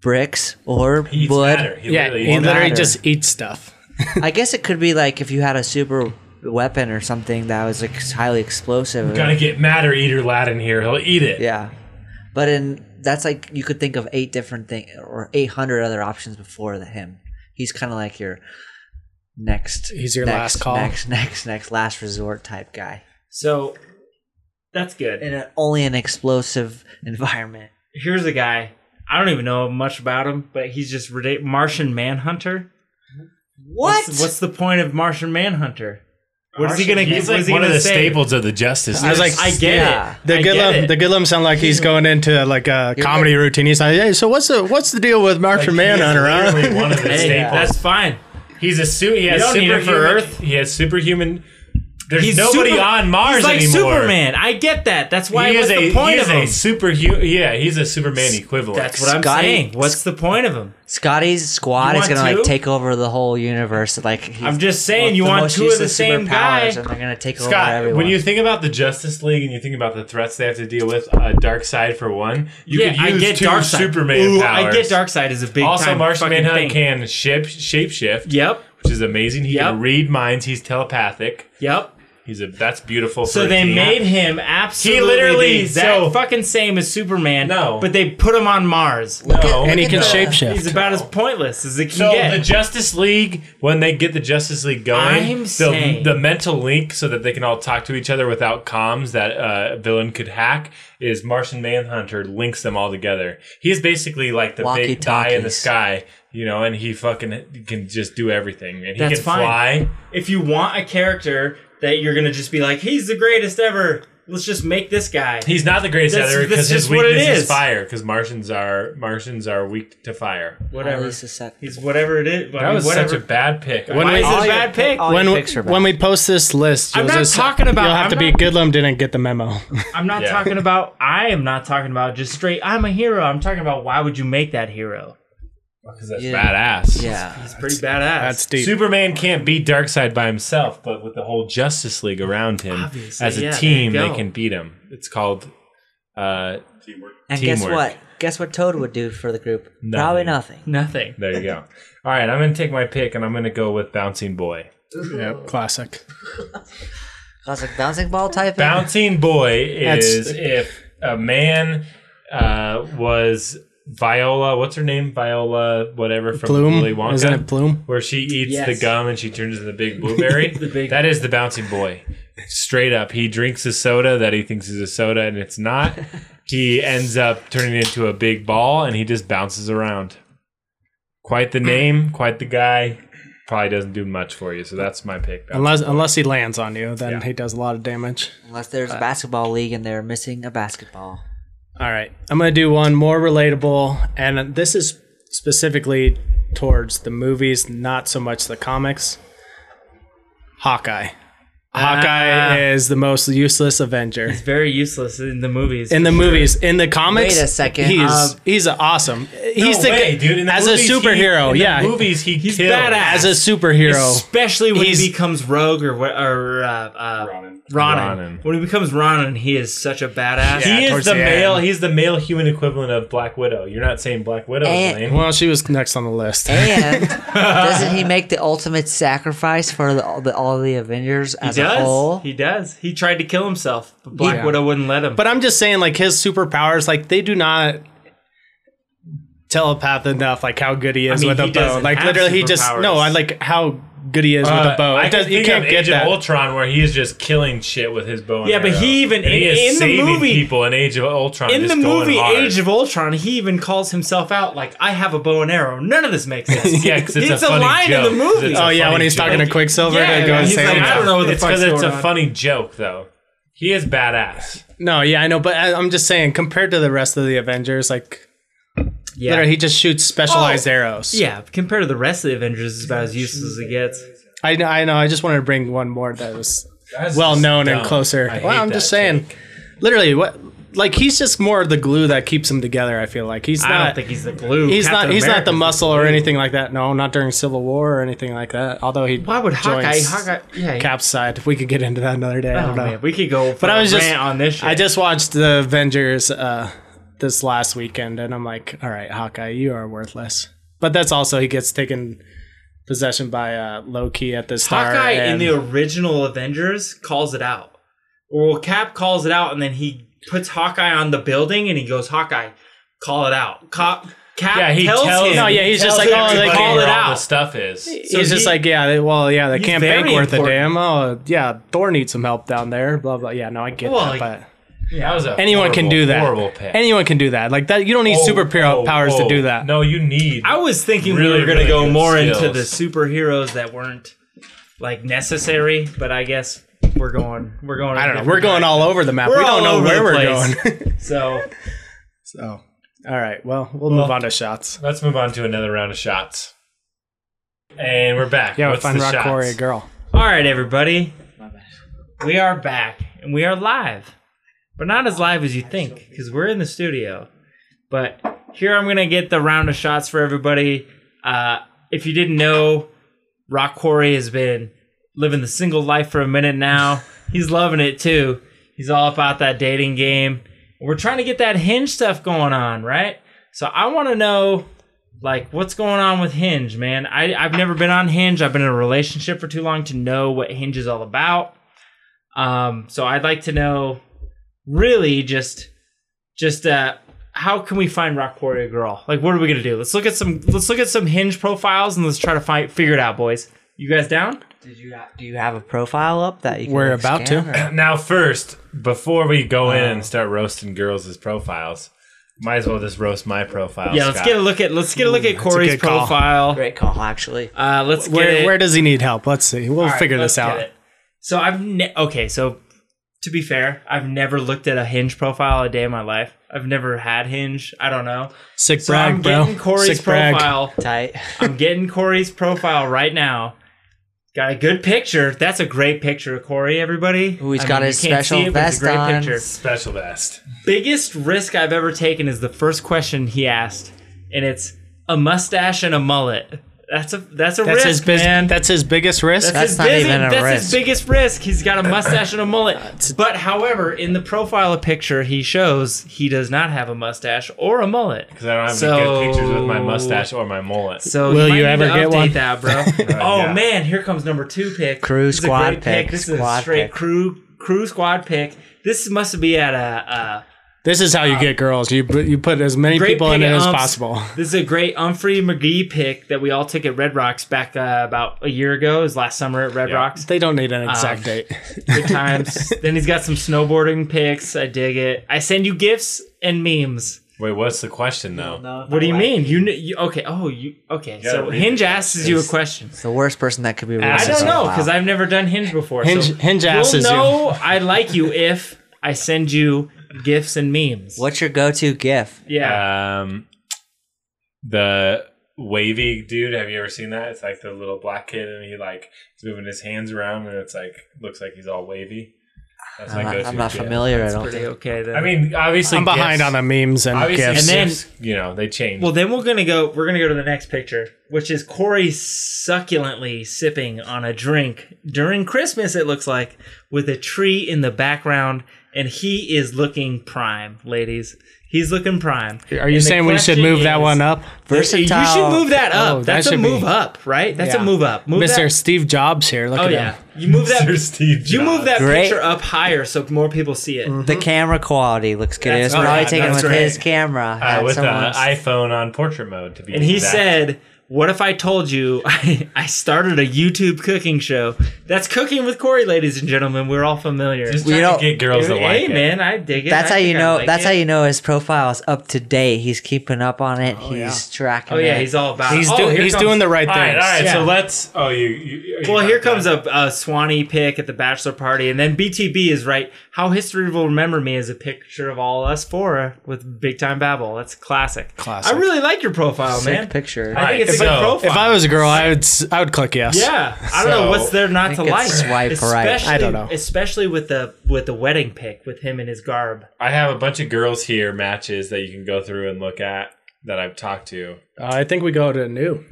bricks, or
He eats
wood.
matter. He
Yeah,
literally
he
eats
Or
literally
matter.
just eats stuff.
I guess it could be like if you had a super weapon or something that was like highly explosive.
Gotta get Matter Eater Lad in here. He'll eat it.
Yeah. But in that's like you could think of eight different thing or eight hundred other options before the him. He's kind of like your next.
He's your last
next,
call.
Next, next, next, last resort type guy
So that's good.
in a, only an explosive environment.
Here's a guy. I don't even know much about him, but he's just ridic- Martian Manhunter.
What?
What's, what's the point of Martian Manhunter? What is he
Martian-
gonna?
He's
what
like
is he
one of
gonna
the
say?
staples of the Justice.
I was like,
I get
Yeah.
it.
The
I get
Gillum,
it.
the Gillum sound like he's going into like a comedy routine. He's like, "Hey, so what's the what's the deal with
Like,
Martian
he is
Manhunter?"
literally
Huh?
one of the
Hey,
staples.
that's fine.
He's a suit. He has
don't need him for
superhuman.
Earth.
He has superhuman. There's
He's
nobody
super-
on Mars
He's like
anymore.
Superman. I get that. That's why.
He
what's
is a
the point
he
of
is
him?
a superhuman. Yeah, he's a Superman equivalent.
That's what I'm
Scotty-
saying. What's the point of him?
Scotty's squad
You
is
want
gonna
two?
like take over the whole universe. Like he's
I'm just saying,
the
you want
most
two of the
useless
same guy.
superpowers, and they're gonna take
Scott,
over everyone.
when you think about the Justice League and you think about the threats they have to deal with, uh, Dark Side for one, you
yeah,
could use
I get
two
Dark
Superman
Ooh,
powers.
I get Dark Side is a big
Also,
time
Martian
fucking
Manhunter
thing.
can shape shapeshift,
Yep.
which is amazing. He can
Yep.
read minds. He's telepathic.
Yep.
He's a that's beautiful.
So
for a
they
teen.
made him absolutely
He literally-
the exact
so-
fucking same as Superman.
No.
but they put him on Mars.
no,
And he can
no.
He's
shapeshift.
about as pointless as it can
So
get.
the Justice League, when they get the Justice League going,
I'm
the,
saying-
the mental link so that they can all talk to each other without comms that uh, villain could hack is Martian Manhunter links them all together. He's basically like the big guy in the
Walkie-talkies.
sky, you know, and he fucking can just do everything, and he
That's
can
fine.
fly.
if you want a character that you're gonna just be like, he's the greatest ever. Let's just make this guy.
He's not the greatest
That's-
ever
that's
because his
just what it
weakness is.
is.
fire. Because Martians are Martians are weak to fire.
whatever.
Release a sec-
He's whatever it is. I
That
mean,
was
whatever.
such a bad pick.
When
Why
we-
is it
All
a
your
bad
pick-
pick?
all your
When we,
picks are
when
bad.
we post this list,
I'm
you'll
not
just-
talking about-
You'll have to
I'm
be
not-
Goodlum didn't get the memo.
I'm not
Yeah.
talking about. I am not talking about just straight. I'm a hero. I'm talking about why would you make that hero?
Because that's
Yeah.
badass.
yeah,
It's pretty badass.
That's deep.
Superman can't beat Darkseid by himself, but with the whole Justice League around him
Obviously,
as a
yeah, there
team,
you
they
go.
can beat him. It's called uh,
and guess
Teamwork.
what? Guess what Toad would do for the group?
Nothing.
Probably nothing.
nothing.
there you go. All right, I'm gonna take my pick and I'm gonna go with Bouncing Boy.
Yep, classic.
I was like bouncing ball type. thing?
Bouncing Boy
That's-
is if a man uh, was Viola, what's her name? Viola, whatever from Willy
Plume,
Wonka.
isn't it Plume?
where she eats
Yes.
the gum and she turns into the big blueberry.
big-
that is the bouncing boy. Straight up, he drinks a soda that he thinks is a soda and it's not. he ends up turning into a big ball and he just bounces around. Quite the name, quite the guy. Probably doesn't do much for you, so that's my pick.
Unless unless he lands on you, then he does a lot of damage.
Unless there's
Uh.
a basketball league and they're missing a basketball.
All right. I'm going to do one more relatable. And this is specifically towards the movies, not so much the comics. Hawkeye.
Ah.
Hawkeye is the most useless Avenger.
It's very useless in the movies.
In the movies, in the comics,
Wait a second,
He's
um,
he's awesome. He's the
way, dude. In the
as
movies,
a
he-
superhero.
in the
yeah,
movies he kills.
badass.
as a superhero.
Especially when
He's-
he becomes Rogue or wha- or uh, uh, Ronan.
Ronan.
When he becomes Ronan, he is such a badass.
He is
towards
the,
the
male.
end.
He's the male human equivalent of Black Widow. You're not saying Black Widow,
And-
Lane.
Well, she was next on the list.
And doesn't he make the ultimate sacrifice for the, all, the, all the Avengers
He
as a whole?
does. He does. He tried to kill himself, but Black
Yeah.
Widow wouldn't let him.
But I'm just saying, like his superpowers, like they do not telepath enough, like how good he is
mean,
with
he
a bow.
doesn't
Like
have
literally, he just no,
superpowers.
I like how good he is with
Uh,
a bow.
I
It does,
can
you
think
can't
of
get
Age of
that.
Ultron where he's just killing shit with his bow. And
Yeah, but
arrow.
he even-
And he
in-
is
in the
saving
movie-
people in Age of Ultron.
in the
just going
movie
hard.
Age of Ultron, he even calls himself out like, "I have a bow and arrow." None of this makes sense.
yeah, 'cause it's,
It's
a,
a
funny
line in
joke.
the movie.
It's a
Oh yeah,
funny
when he's
joke.
talking to Quicksilver
Yeah,
to go
yeah,
and
he's
save
like,
him.
I don't know what the
it's
fuck's
it's
going
a
on.
funny joke though. He is badass.
No, yeah, I know, but I, I'm just saying, compared to the rest of the Avengers, like
yeah,
literally, he just shoots specialized
Oh,
arrows.
yeah. Compared to the rest of the Avengers, it's about as useless as it gets.
I know, I know. I just wanted to bring one more that was
That's
well
just
known and
dumb.
closer.
I
Well,
hate
I'm just
that
saying,
take.
literally, what like he's just more the glue that keeps them together. I feel like he's not.
I don't think he's the glue.
He's
Captain
not. He's not the
America's
muscle or anything like that. No, not during Civil War or anything like that. Although he
Why would Hawkeye?
joins
Hawkeye, yeah.
Cap's side. If we could get into that another day, I
oh,
don't know.
man, we could go.
but I was just
rant on this. Shit.
I just watched the Avengers uh, this last weekend, and I'm like, all right, Hawkeye, you are worthless. But that's also he gets taken possession by uh, Loki at the start.
Hawkeye in
and-
the original Avengers calls it out. Well, Cap calls it out, and then he puts Hawkeye on the building, and he goes, "Hawkeye, call it out." Cop, Cap
Yeah, he
tells,
tells
him.
No,
yeah, he's
tells
just like,
him
oh,
to
they
Everybody
call
where
it
all
out.
The stuff is.
so
he's just
he-
like, yeah, they, well, yeah, they
he's
can't
very
bank worth a
important.
damn. Oh, yeah, Thor needs some help down there. Blah blah. Yeah, no, I get
Well,
that,
like,
but
That was a
anyone can
horrible,
do that.
Horrible pick.
Anyone can do that. Like that, you don't need
Oh,
superhero
oh,
powers
oh.
to do that.
No, you need.
I was thinking we
Really,
were gonna
really
go
good
more into
skills.
the superheroes that weren't like necessary, but I guess we're going. We're going.
I don't know. We're going all over the map.
We're
we don't
all over
know where
the
we're
place.
going.
So
so, all right. Well, we'll move on to shots.
Let's move on to another round of shots. And we're back.
Yeah, we
What's
find
the
rock
shots?
quarry a girl.
All right, everybody. We are back and we are live, but not as live as you think because we're in the studio. But here I'm going to get the round of shots for everybody. Uh, if you didn't know, Rock Quarry has been living the single life for a minute now. He's loving it too. He's all about that dating game. We're trying to get that hinge stuff going on, right? So I want to know like what's going on with hinge man I, i've never been on hinge i've been in a relationship for too long to know what hinge is all about um, so i'd like to know really just just uh, how can we find rock quarry girl like what are we gonna do let's look at some let's look at some hinge profiles and let's try to find figure it out boys you guys down
Did you have, do you have a profile up that you? Can
We're about to.
scan, or-
Now, first, before we go in
Oh.
and start roasting girls' as profiles, might as well just roast my
Oh,
profile.
yeah let's
Scott.
get a look at let's get a look at corey's
good call.
profile
Great call, actually.
uh, let's get
Where,
it.
where does he need help? Let's see. We'll
All right,
figure this
let's
out.
get it. So I've ne- okay. So to be fair, I've never looked at a Hinge profile a day in my life. I've never had Hinge. I don't know.
Sick
So
brag,
I'm
bro.
getting Corey's
Sick brag.
profile.
Tight.
I'm getting Corey's profile right now. Got a good picture. That's a great picture of Corey. Everybody,
Ooh, he's got his
you can't
special
see it, but it's a
vest on.
special vest.
Biggest risk I've ever taken is the first question he asked, and it's a mustache and a mullet. That's a that's a
That's
risk,
his bus-
man.
That's his biggest risk.
That's, his
That's not
busy-
even a
that's his
risk.
biggest risk. He's got a mustache and a mullet. But however, in the profile picture he shows, he does not have a mustache or a mullet.
Because I don't have any good pictures with my mustache or my mullet.
So
Will
might
you
need
ever
to
get
update
one?
that, bro? oh
yeah.
man, here comes number two pick.
Crew
This is a
squad
great pick.
pick,
This is a
squad
straight
pick.
crew crew squad pick. This must be at a. a
this is how you get girls. You put- you put as many
uh, Great
people in
pick
it
at
as
Umps.
possible.
This is a great Humphrey McGee pick that we all took at Red Rocks back uh, about a year ago. It was last summer at Red Rocks.
They don't need
Uh,
an exact date.
good times. then he's got some snowboarding pics. I dig it. I send you gifts and memes.
Wait, what's the question though?
What do you mean? You, kn- you okay? Oh, you okay? So
read
Hinge asks you a question.
It's the worst person that could be.
I
racist
don't know
profile.
because I've never done Hinge before.
Hinge-
so
Hinge
you'll
asks you.
know I like you if I send you gifts and memes.
What's your go-to GIF?
Uh,
Yeah.
Um, the wavy dude. Have you ever seen that? It's like the little black kid, and he like is moving his hands around, and it's like looks like he's all wavy. That's
I'm
my
not,
go-to.
I'm not
gif.
familiar. I don't.
Pretty
Think.
okay then.
I mean, obviously,
I'm behind
gifs-
on the memes and
Obviously,
And
gifs.
then-
gifs, you know they change.
Well, then we're gonna go. We're gonna go to the next picture, which is Corey succulently sipping on a drink during Christmas. It looks like with a tree in the background, and he is looking prime, ladies. He's looking prime.
Are you
And the
saying we should
question
move that
is-
one up?
Versatile.
You should move that up.
Oh, that
That's a
should
move
be-
up, right? That's
Yeah.
a move up. Move
Mr.
That,
Steve Jobs here. Look
oh
at
yeah.
him.
You move that.
Mr. Steve
You move that
Great.
picture up higher so more people see
Mm.
it.
The camera quality looks good. It was
That's
probably
right,
taken
that's
with
right.
his camera.
uh,
had
with the
someone's-
iPhone on portrait mode to be.
And he
exact.
said, "What if I told you I, I started a YouTube cooking show? That's cooking with Corey, ladies and gentlemen. We're all familiar.
Just
We
trying to
don't-
get girls that like
hey,
it.
man, I dig it.
That's
I
how you
think I
know.
like
that's
it.
how you know his profile is up to date. He's keeping up on it. He's tracking.
Oh yeah,
it.
he's all about.
He's,
oh,
do,
here
he's
comes-
doing the right
All right,
thing.
all right. So
Yeah.
let's. Oh, you. you you
Well,
got
here
that.
comes a, a Swanee pick at the bachelor party, and then BTB is right. How history will remember me is a picture of all us four with big time babble. That's classic.
Classic.
I really like your profile,
Sick
man.
picture.
I
Alright,
think it's a
so-
good profile.
If I was a girl, I would s- I would click yes.
yeah, I don't know
So,
what's there not
I
to
think
like.
it's swipe right.
Especially-
I don't know.
Especially with the with the wedding pic with him and his garb.
I have a bunch of girls here matches that you can go through and look at that I've talked to.
Uh, I think we go to new.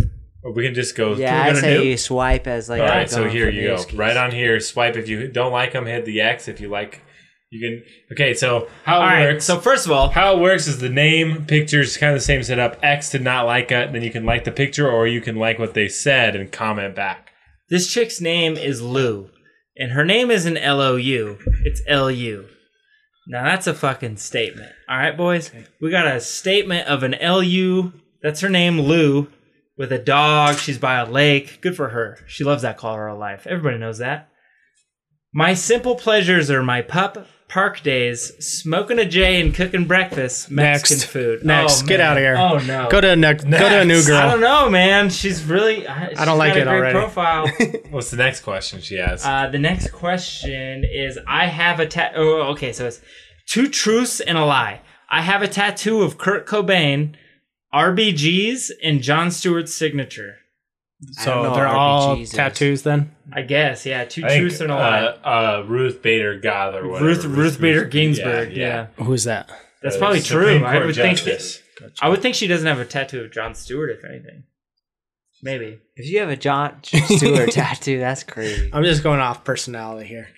Or we can just go.
yeah,
we're
I
gonna
say
do-
you swipe as like.
All
I'm
right, so
going
here
for
you
the
go.
excuse.
Right on here, swipe if you don't like them, hit the X. If you like, you can. Okay, so how
All
it
right.
works?
So first of all,
how it works is the name, pictures, kind of the same setup. X to not like it, then you can like the picture, or you can like what they said and comment back.
This chick's name is Lou, and her name isn't L O U, it's L U. Now that's a fucking statement. All right, boys? We got a statement of an L U. That's her name, Lou, with a dog. She's by a lake. Good for her. She loves that color of life. Everybody knows that. My simple pleasures are my pup, park days, smoking a J and cooking breakfast, Mexican
Next.
food.
Next.
Oh,
Get
man.
outta here.
Oh, no.
Go to a next, go to a new
I don't
girl.
know, man. She's really. I, she's
don't like
got a
it
great
already.
Profile.
What's the next question she has?
Uh, the next question is I have a tat. Oh, okay. So it's two truths and a lie. I have a tattoo of Kurt Cobain, RBG's, and John Stewart's signature.
I don't
So
know
they're
what
all
RPGs is.
tattoos then.
I guess. Yeah. Two
I think,
truths and a lie.
Uh, uh, Ruth Bader Goth or whatever.
Ruth, Ruth Bader Ginsburg. Yeah.
Who's that?
That's
Uh,
probably
Supreme
true. I
Court
would
Justice.
think. I would think she doesn't have a tattoo of John Stewart, if anything. Maybe.
If you have a John Stewart tattoo, that's crazy.
I'm just going off personality here.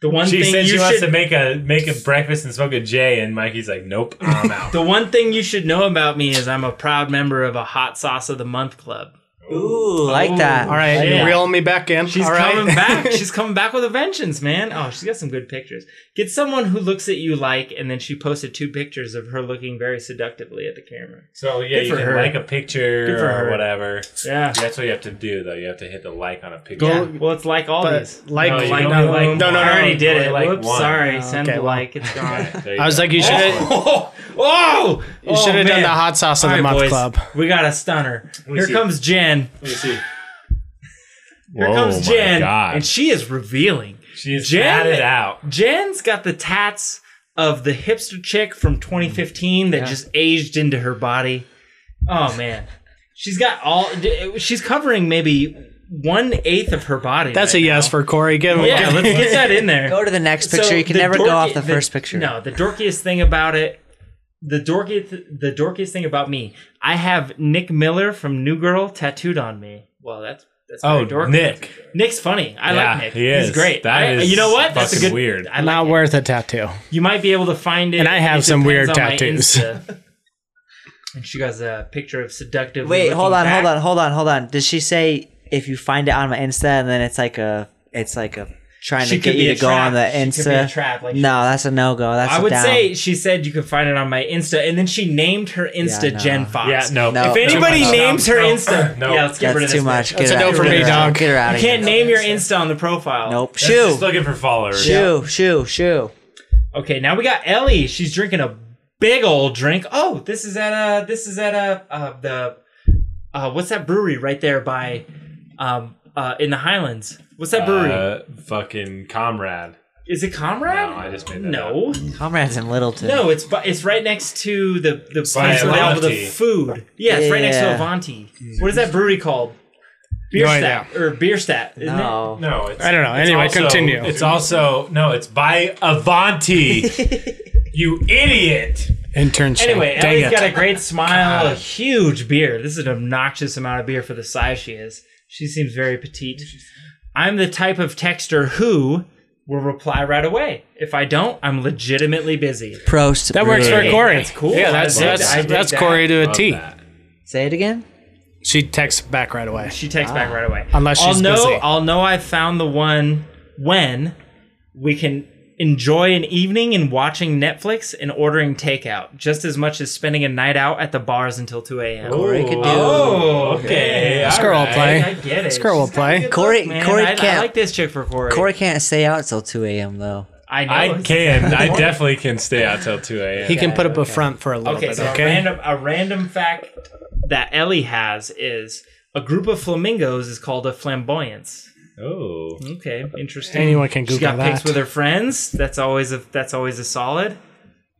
The one
She
thing
said
you
she
should,
wants to make a make a breakfast and smoke a J, and Mikey's like, "Nope, I'm out."
the one thing you should know about me is I'm a proud member of a Hot Sauce of the Month club.
Ooh, like that.
All right,
Yeah.
you reel me back in.
She's
all right.
coming back. She's coming back with a vengeance, man. Oh, she's got some good pictures. Get someone who looks at you like, and then she posted two pictures of her looking very seductively at the camera.
So yeah,
Good
you
for
can
her.
like a picture
Good for
or
her.
whatever.
Yeah.
That's what you have to do though. You have to hit the like on a picture.
Yeah. Well, it's like all these.
but like,
No, you
like,
don't
no,
like-
no, no,
I already
no,
did
only
it.
like
Whoops,
one.
sorry.
Oh,
Send
okay,
a
well.
like. It's gone.
There
I was
go.
like, you should have,
oh, oh,
you should have done the hot sauce of the month club.
We got a stunner. Here
see.
comes Jen.
Let me see.
Here
Whoa,
comes
my
Jen,
God.
and she is revealing.
She's
Jen-
tatted out.
Jen's got the tats of the hipster chick from 2015 that just aged into her body. Oh man, she's got all. d- She's covering maybe one eighth of her body.
That's
right
a yes
now.
for Corey. Give him
Yeah,
give him-
let's get that in there.
Go to the next picture.
So
you can
the
never go
dorky-
off the, first picture.
No, the dorkiest thing about it, the dorkiest, the dorkiest thing about me, I have Nick Miller from New Girl tattooed on me. Well, that's that's
Oh,
pretty dorky.
Nick.
Nick's funny. I
Yeah,
like Nick.
he
He's
is.
great.
That
I-
is
you know what? That's a
fucking
good
weird.
I like
not worth a tattoo.
you might be able to find it.
And I have
It
some weird
depends on my
tattoos.
Insta. and she got a picture of seductive.
Wait, hold on, hold on, hold on, hold on. Did she say if you find it on my Insta and then it's like a, it's like a trying
She
to get
could be
you
a
to go
trap.
on the
She could
Insta?
be a trap, like she-
no, that's a no go. That's
I
a
would
down.
say she said you can find it on my Insta, and then she named her Insta
no.
Jen Fox.
Yeah, no.
No.
If anybody
No,
names her
no,
Insta,
no.
yeah, let's get rid of
that's
this
too much.
bitch.
Get
That's
her
a
out
no
of
for
here.
me,
Get her out.
dog.
Get her out
You
of here.
can't name your Insta on the profile.
Nope.
That's just
Shoe,
looking for followers.
shoe, shoe, shoe.
Okay, now we got Ellie. She's drinking a big old drink. Oh, this is at uh this is at uh, uh the uh what's that brewery right there by um uh in the Highlands? What's that brewery?
Uh, fucking comrade.
Is it Comrade?
No, I just made that
No,
Comrades in Littleton.
no, it's bu- it's right next to the the place where they have all the
Avanti.
food. Yeah, it's right next to
Yeah.
Avanti. What is that brewery called? Beerstat or Beerstat? Isn't it?
No.
No, it's,
I don't know.
it's
Anyway,
also-
continue.
It's also no. It's by Avanti. you idiot.
Internship.
Anyway,
Dang
Ellie's
it.
got a great smile, a huge beer. This is an obnoxious amount of beer for the size she is. She seems very petite. I'm the type of texter who will reply right away. If I don't, I'm legitimately busy.
Prost.
that works for
brewery.
Corey.
that's cool.
Yeah, that's
I dig
that's
that. I dig
that's
that.
Corey to a
Love
T.
that.
Say it again.
She texts back right away.
She texts back right away.
Unless she's
I'll know,
busy.
I'll know I've found the one when we can enjoy an evening in watching Netflix and ordering takeout, just as much as spending a night out at the bars until 2 a.m.
Corey could do.
Oh, okay.
This girl will play.
I get it.
This girl will
She's got a
play.
good
Corey-
look, man.
Corey
I, I
can't-
like this chick for Corey.
Corey can't stay out till 2 a.m. though.
I know.
I can. I definitely can stay out till two a.m.
He can put up a front for a little
Okay,
bit.
so
okay.
A, random, a random fact that Ellie has is a group of flamingos is called a flamboyance.
Oh,
Okay, interesting.
Anyone can
She
Google
got
that.
pics with her friends. That's always a that's always a solid.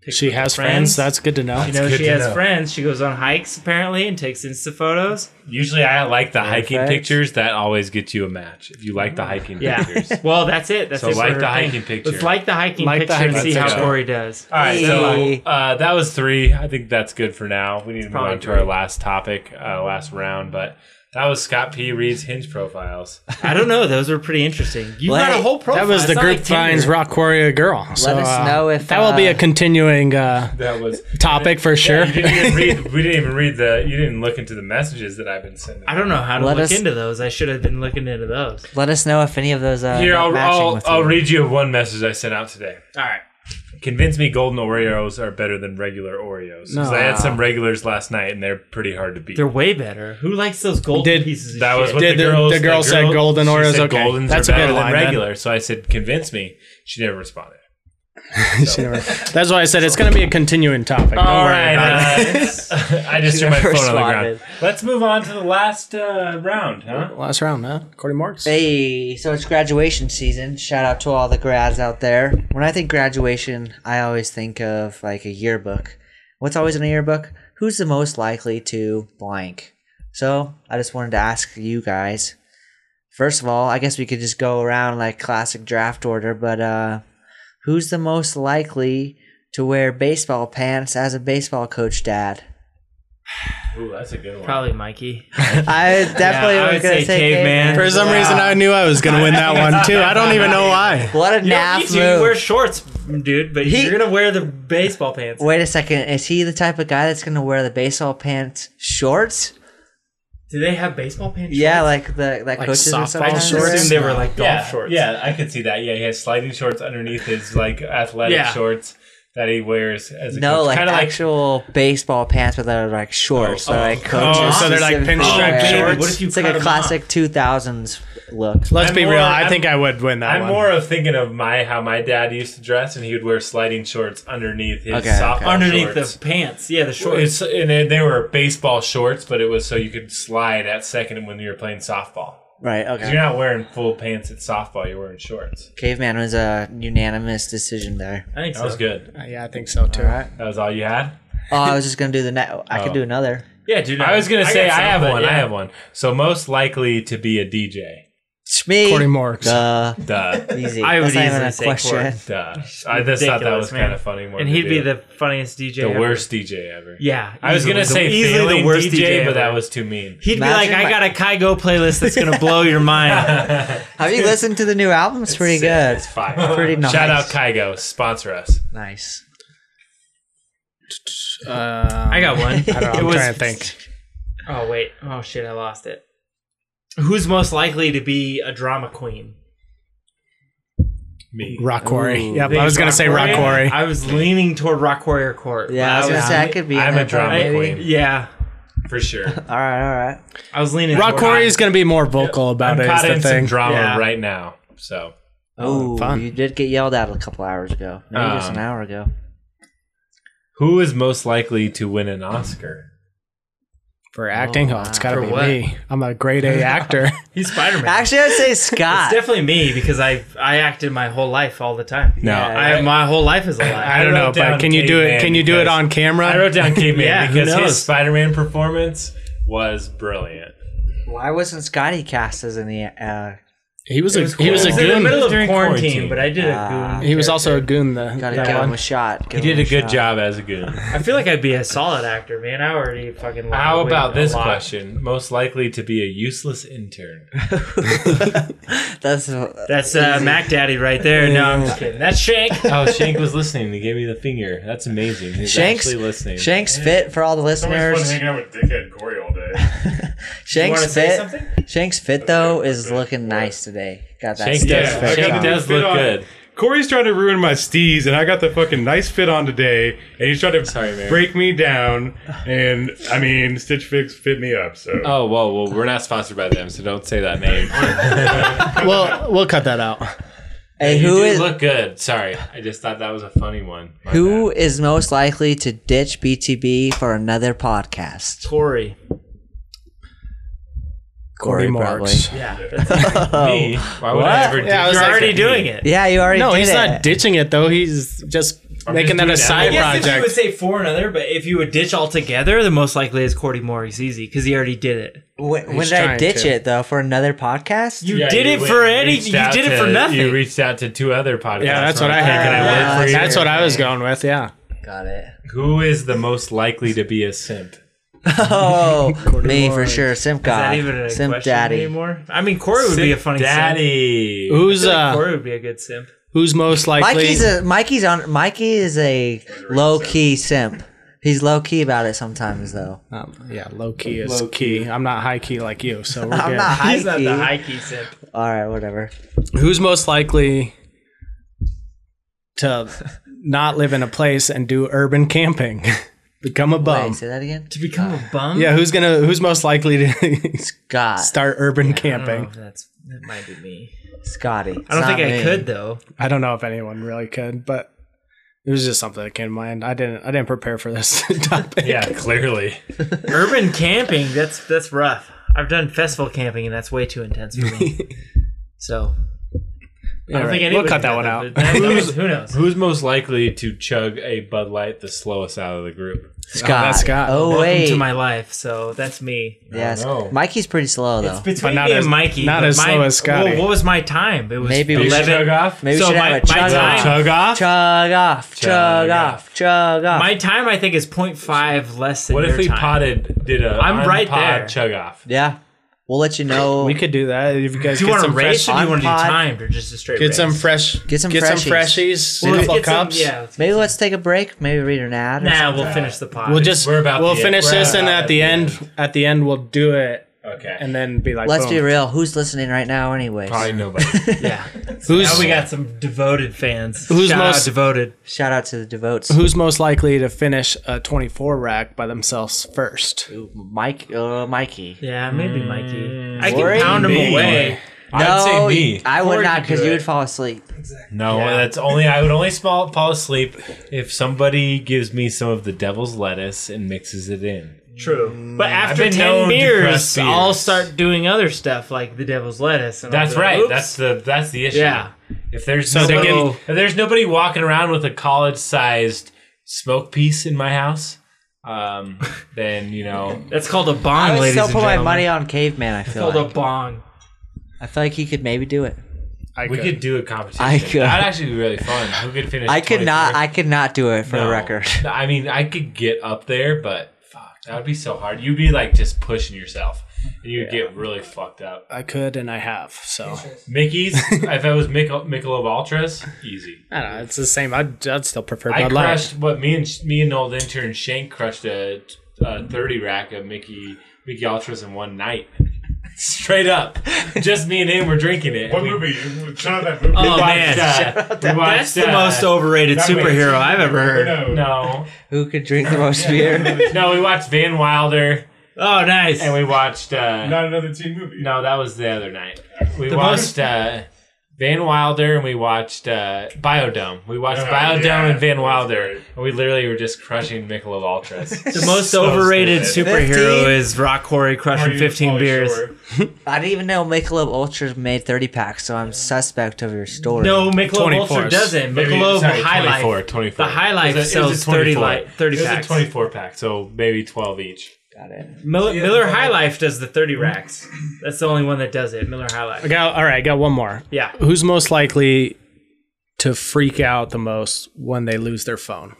Pics
she
with her
has friends. That's good to know.
you know
good
she
to
has
know.
friends. She goes on hikes apparently and takes insta photos.
usually I like the hiking
Perfect.
pictures. That always gets you a match. If you like the hiking
Yeah.
pictures, all
Well, that's it. That's
So
it for
like
her
the
thing.
hiking picture.
Let's like the hiking
Like the
picture and
hiking
see how
picture.
Corey does.
right.
Hey.
So uh, that was three. I think that's good for now. We need to move
probably
on to our
three.
last topic, uh, last round. But that was Scott P. Reed's hinge profiles.
I don't know. Those were pretty interesting. You
Well,
got
hey,
a whole profile.
That was
It's
the
not
group
like Tinder.
finds rock warrior girl. So,
us
uh,
know if,
that will be
uh,
a continuing uh,
That was
topic for sure.
You didn't even read. We didn't even read the. You didn't look into the messages that I've been sending.
I don't know how to
Let
look
us-
into those. I should have been looking into those.
Let us know if any of those uh,
Here,
not
I'll,
matching
I'll,
with
I'll
you.
read you one message I sent out today.
All right.
Convince me golden Oreos are better than regular Oreos. Because I had some regulars last night and they're pretty hard to beat.
They're way better. Who likes those gold
Did-
pieces? Of
that
shit?
was what
Did
the,
the-
girls,
the girl said golden
she
Oreos,
said
okay.
Goldens
That's
are
a good
better
line,
than
then.
regular. So I said, convince me. She never responded.
That's why I said Oh. it's going to be a continuing topic. Don't
All
worry
right.
about it.
uh, I just threw my phone
never
on the ground.
responded.
Let's move on to the last uh, round, huh?
Last round, huh? Corey Marks.
Hey, so it's graduation season. Shout out to all the grads out there. When I think graduation, I always think of like a yearbook. What's always in a yearbook? Who's the most likely to blank? So I just wanted to ask you guys. First of all, I guess we could just go around like classic draft order, but uh, who's the most likely to wear baseball pants as a baseball coach dad?
Ooh, that's a good one.
probably Mikey.
I definitely
Yeah, I
was
would
gonna
say
say
caveman.
caveman.
For some
Wow.
reason, I knew I was going to win that one too. I don't even know why.
What a
You don't
naff
need to
move.
wear shorts, dude, but
He-
you're gonna wear the baseball pants.
Wait a second. Is he the type of guy that's gonna wear the baseball pants shorts?
Do they have baseball pants?
Yeah, like the like, coaches and
softball
stuff.
I just
shorts?
assumed they were like golf
yeah,
shorts.
Yeah, I could see that. Yeah, he has sliding shorts underneath his like athletic
Yeah.
shorts that he wears as a
No,
coach.
like
Kinda
actual baseball pants, but they're like shorts. they're like coaches.
Oh, so they're like
specifically
pinstripe
wear.
Baby,
shorts.
what if you
It's like
cut
a
'em off?
classic two thousands look.
Let's
I'm
be
more-
real. I
I'm-
think I would win that
I'm
one.
more of thinking of my how my dad used to dress, and he would wear sliding shorts underneath his
Okay,
softball
okay.
underneath
shorts.
the pants. Yeah, the shorts.
It's, and then they were baseball shorts, but it was so you could slide at second when you were playing softball.
Right.
'Cause
Okay.
You're not wearing full pants at softball; you're wearing shorts.
Caveman was a unanimous decision there.
I think
That was
so.
good.
Uh, yeah, I think so too.
That was all you had.
Oh, I was just gonna do the net. I could do another.
Yeah, dude.
I was gonna
got
say I
some,
have
but
one. I
yeah.
have one. So most likely to be a DJ.
It's me.
Corey Marks.
Duh.
Duh,
Easy.
I would
That's not even
easily
a
say
question.
duh. I just thought that
ridiculous,
was kind
man.
of funny. More
And
to
he'd be
do.
the funniest DJ.
the
ever.
worst DJ ever.
Yeah,
I was gonna
easily.
say
The-
easily the worst DJ, but that
ever.
was too mean.
He'd be
Imagine
like,
my-
I got a Kygo playlist that's gonna blow your mind.
Have you listened to the new album? It's pretty
sick.
good.
It's fire.
Pretty nice.
Shout out Kygo, sponsor us.
Nice.
I got one.
I don't know.
It
I'm
was-
trying to think.
Oh wait. Oh shit, I lost it. Who's most likely to be a drama queen?
Me.
Rock Quarry. Yep,
Think
I was going to say Rock Quarry.
I was leaning toward Rock Quarry or Court.
Yeah, I was gonna say I could be. in
I'm
there,
a drama
maybe.
queen
Yeah.
for sure.
All right, all right.
I was leaning
Rock
toward-
Quarry is going to be more vocal about
I'm
it. Is
caught
the
in
thing.
some drama
Yeah.
right now. So
Oh,
fun.
you did get yelled at a couple hours ago. Maybe just
Um,
an hour ago.
who is most likely to win an Oscar?
for acting. Oh, it's got to
For
be
what?
me. I'm a grade A actor.
He's Spider Man.
Actually, I'd say
it's
Scott.
definitely me because I I acted my whole life all the time.
No,
I, my whole life is a lie.
I don't
wrote
know,
down
but can you do it?
caveman
Can you do it
because-
on camera?
I wrote down Caveman
Yeah, who
because his
knows?
Spider-Man performance was brilliant.
Why wasn't Scotty cast as in the? Uh,
he was a he
It
was a
in the middle
goon.
of
During
quarantine,
quarantine.
but I did a goon.
He was also a goon. The
gotta
that
give
one.
him a shot.
He did a good job as a goon.
Ah.
I feel like I'd be a solid actor, man. I already fucking. lied
How
away
about
a
this
lot.
question? Most likely to be a useless intern.
That's uh,
That's uh, Mac Daddy right there. No, I'm just kidding. That's Shank.
Oh, Shank was listening. He gave me the finger. That's amazing. He's
Shanks.
actually listening.
Shanks fit for all the
So much fun
listeners.
hanging out with Dickhead Corey all day.
You want
Shanks
to say
fit.
something?
Shanks fit though is looking nice today. Got that.
Shank
stiff
does,
fit
Shank
on.
does look
Fit on.
good.
Corey's trying to ruin my steez, and I got the fucking nice fit on today, and he's trying to
Sorry, man.
break me down. And I mean, Stitch Fix fit me up. So
Oh, whoa, well, we're not sponsored by them, so don't say that name.
We'll we'll cut that out.
Hey,
you
who
do
is
look good. Sorry, I just thought that was a funny one. My
who
bad.
is most likely to ditch BTB for another podcast?
Corey.
Corey, probably.
Marks.
Me? Why would I ever do
Yeah, I was
Oh. You're
like-
already doing it.
Yeah, you already
No,
did
he's
it.
not ditching it though. He's just making
just
that
doing
a
it.
side
I guess
Yes, if you would
project.
say for another, but if you would ditch altogether, the most likely is Cordy Morris easy because he already did it.
When, when
He's
did I
trying
ditch
to.
it though for another podcast?
You
Yeah,
did it
went
for
and
any.
reached
You
out
did it for
to-
nothing.
You reached out to two other podcasts.
Yeah, that's
on
what I
it.
had.
Can I work for you?
That's what I was going with. Yeah.
got it.
Who is the most likely to be a simp?
Oh, me for sure. Simp
Is
God,
that even a
Simp
question
Daddy.
anymore? I mean, Corey would be a funny simp.
daddy.
I
Who's
feel like
uh
Corey would be a good simp.
who's most likely
Mikey's a Mikey's on Mikey is a low key simp. He's low key about it sometimes though.
um, yeah, low key is key. I'm not high key like you, so we're
I'm
good.
not high
He's not
key.
the high key simp.
All right, whatever.
Who's most likely to not live in a place and do urban camping? Become a bum.
Wait, say that again.
Um, To become a bum?
Yeah, who's gonna who's most likely to
Scott,
start urban
I don't know
camping?
if that's that might be me.
Scotty.
I don't think I could though.
I don't know if anyone really could, but it was just something that came to mind. I didn't I didn't prepare for this topic.
Yeah, clearly.
Urban camping, that's that's rough. I've done festival camping and that's way too intense for me. so I don't
right.
think anyone
We'll cut
could
that
do
one out.
but that- that was- who knows?
Who's most likely to chug a Bud Light the slowest out of the group?
Scott.
that's Scott.
Oh
Welcome
wait,
to my life. So that's me.
yes.
know.
Mikey's pretty slow though.
Between
not
me
as-
and Mikey,
not
but
as slow
my-
as Scotty.
Well, what was my time? It was
Maybe we
Did you
should-
chug
11.
off?
Maybe we
so
should
my-
have a
my
chug
time-
off.
chug off?
Chug off, chug off, chug off.
My time I think is 0.5 less than
what if
your
we
time.
potted, did a
I'm right
pod
there.
chug off?
yeah, we'll let you know.
We could do that if you guys
do you
get
want to
some
race
fresh,
or do you
on
want to do
pod?
timed or just a straight
get
race?
some fresh
Get some
get some
freshies.
freshies,
Well, let's
Snowball
get some-
cups.
yeah. let's-
Maybe let's take a break. Maybe read an ad. Or
Nah, we'll finish the pod.
We'll just
We're about
we'll
the-
finish
we're
this and
about
at the end, at the end we'll do it
Okay.
and then be like
Let's
boom.
be real. Who's listening right now, anyways?
Probably nobody.
yeah.
Who's
Now we got some devoted fans.
Who's
Shout out
most-
devoted?
Shout out to the devotes.
who's most likely to finish a 24 rack by themselves first?
Mike, uh, Mikey.
Yeah, maybe Mikey. Mm, I
Worry
can pound him
me.
away.
I'd say me.
I
Or
would not
you could
because
do
you
it.
would fall asleep.
No, that's only I would only fall, fall asleep if somebody gives me some of the devil's lettuce and mixes it in.
True. But after
been
ten
known to
beers,
press beers.
I'll start doing other stuff like the devil's lettuce. And I'll
That's
be like,
right.
"Oops."
That's the that's the issue.
Yeah.
If there's
So they
nobody,
can-
if there's nobody walking around with a college-sized smoke piece in my house, um, then you know
that's called a
I
bong,
would
ladies
still
and
put my
gentlemen.
money on Caveman. I feel
called a
like.
bong.
I feel like he could maybe do it.
I
we could do a competition.
I could.
That'd actually be really fun. Who could finish?
I could not.
23rd?
I could not do it for the
No.
record.
No, I mean, I could get up there, but fuck, that would be so hard. You'd be like just pushing yourself, and you'd get really fucked up.
I could and I have. So
Mickey's. if I was Michel- Michelob Ultras, easy.
I don't know. It's the same. I'd, I'd still prefer
I
Bud Light.
crushed what me and me and old intern Shank crushed a, a thirty rack of Mickey Mickey Ultras in one night, straight up. Just me and him were drinking it.
What
We
movie? Shout out that movie.
Oh man,
watched, uh, we
that's
watched,
the
uh,
most overrated
that
superhero
movie.
I've ever heard.
No.
No,
Who could drink the most beer?
no, we watched Van Wilder
Oh, nice.
and we watched. Uh,
Not another teen movie.
No, that was the other night. We
The
watched uh, Van Wilder and we watched uh, Biodome. We
Oh,
watched Biodome
yeah.
and Van
That was
Wilder,
great.
and we literally were just crushing Michelob Ultras.
The most overrated
stupid.
superhero
15?
is Rock Corey
Are
crushing
you
15
Pauly
beers.
Shore?
I didn't even know Michelob Ultra's made thirty packs, so I'm suspect of your story.
No, Michelob
24s.
Ultra doesn't.
Maybe-
Michelob
sorry,
High
24,
Life.
24.
The High Life
It was a- it was a
sells 30
24.
light- 30
It was
packs.
a 24 pack, so maybe 12 each.
Got it.
Miller, Miller High Life does the 30 racks. That's the only one that does it. Miller High
I
Life.
got all right. I got one more.
Yeah.
Who's most likely to freak out the most when they lose their phone?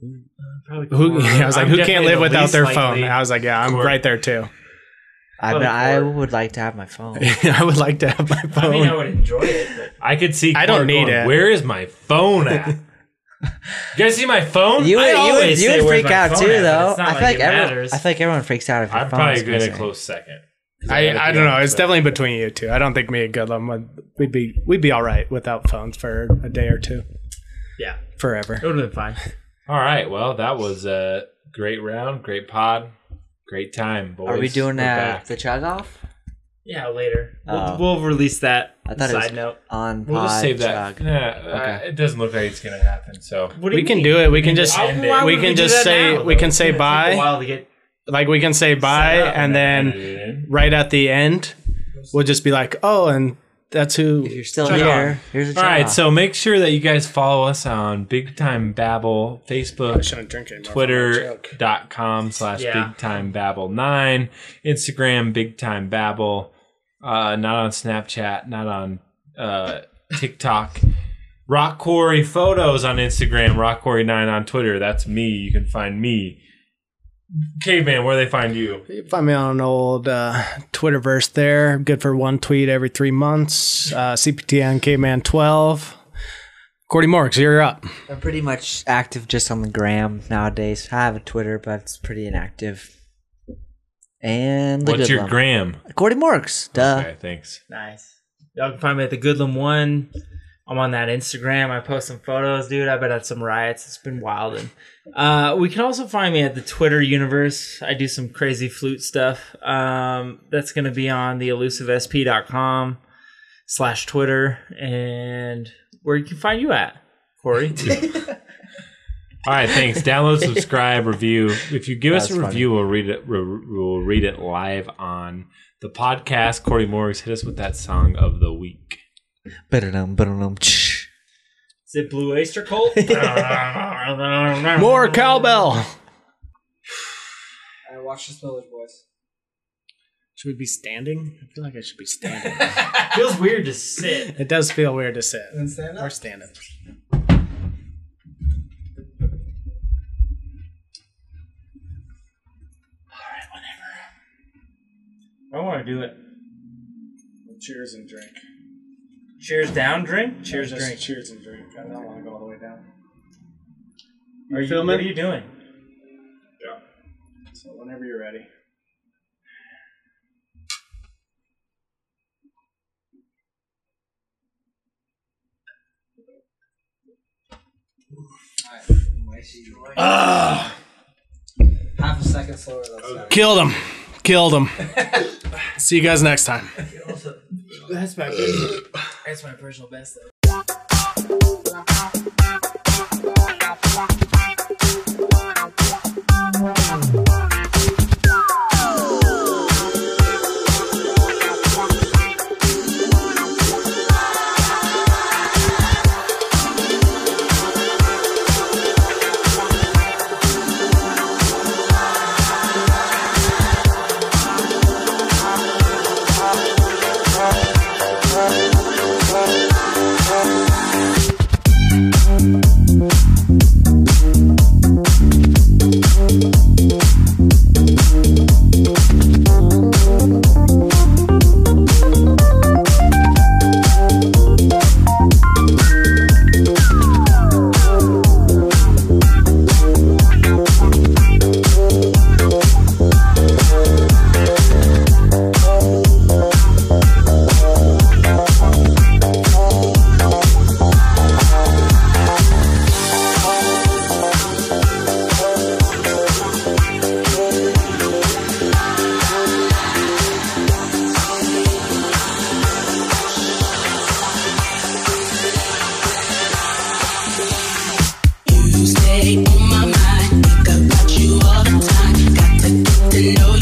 Who? yeah, I was like,
I'm
who can't
definitely
live
the
without
least
their
likely.
phone? I was like, yeah, I'm right there too.
I mean,
Probably
I
four.
would like to have my phone.
I would like to have my phone.
I mean, I would enjoy it. but-
I could see.
I don't
Clark
need
going,
it.
Where is my phone at? you guys see my phone?
You
I
would, you would,
always
you
say,
would
"Where's
freak
my
out
phone
too,
at?"
though.
It's not
I
like
feel like
it
everyone,
matters.
I feel like everyone freaks out if your
I'm
phone
probably
is
good a
missing.
close second.
I, I don't know. It's definitely between you two. I don't think me and Goodlum would we'd be we'd be all right without phones for a day or two,
Yeah.
forever.
It would have been fine.
All right. Well, that was a great round, great pod, great time, boys.
Are we doing
We're
uh,
back.
the chug off
Yeah, later.
Um,
Oh.
We'll, we'll release that
I thought it was-
side note.
on
We'll just
pod
save that.
chug?
Yeah, uh, it doesn't look like it's gonna happen. So
What do
We
you
can
mean?
do it. We can just
Why would
we can
do
just
that
say
now,
we
though?
can say
It's gonna take A
bye.
while to get
like we can say bye and then right at the end we'll just be like, "Oh, and that's who
You're still here. Here's a
All right,
job.
so make sure that you guys follow us on Big Time Babble, Facebook,
shouldn't drink anymore.
twitter.com slash
Yeah.
Big Time Babble 9, Instagram, Big Time Babble, uh, not on Snapchat, not on uh, TikTok. Rock Quarry Photos on Instagram, Rock Quarry 9 on Twitter. That's me. You can find me. Caveman, where they find you?
Find me on an old uh, Twitterverse there. Good for one tweet every three months. Uh, CPTN Caveman 12. Cordy Morgs, you're up.
I'm pretty much active just on the gram nowadays. I have a Twitter, but it's pretty inactive. And the
What's
good
your
one.
gram?
Cordy Morks. Duh.
Okay, thanks.
Nice. Y'all can find me at the Goodland One. I'm on that Instagram. I post some photos, dude. I've been at some riots. It's been wild. And uh, we can also find me at the Twitter universe. I do some crazy flute stuff. Um, that's going to be on the elusivesp.com slash Twitter and where you can find you at, Corey.
All right, thanks. Download, subscribe, review. If you give us a review, we'll read it. re- We'll read it live on the podcast. Corey Morris hit us with that song of the week.
Ba-da-dum, ba-da-dum, tsh.
Is it Blue Oyster Cult?
More cowbell.
I watched the Spillers Boys.
Should we be standing? I feel like I should be standing.
Feels weird to sit.
it does feel weird to sit.
Then stand
Or
up.
stand up.
I want to do it.
Cheers and drink.
Cheers down, drink. Cheers, drink.
Cheers and drink. I don't want to go all the way down.
Are you, what are you doing?
So whenever you're ready.
Half a second slower. That's okay.
Ah. Killed him. Killed him. See you guys next time.
That's my personal, that's my personal best though.
You stay on my mind, think about you all the time. Got to get to know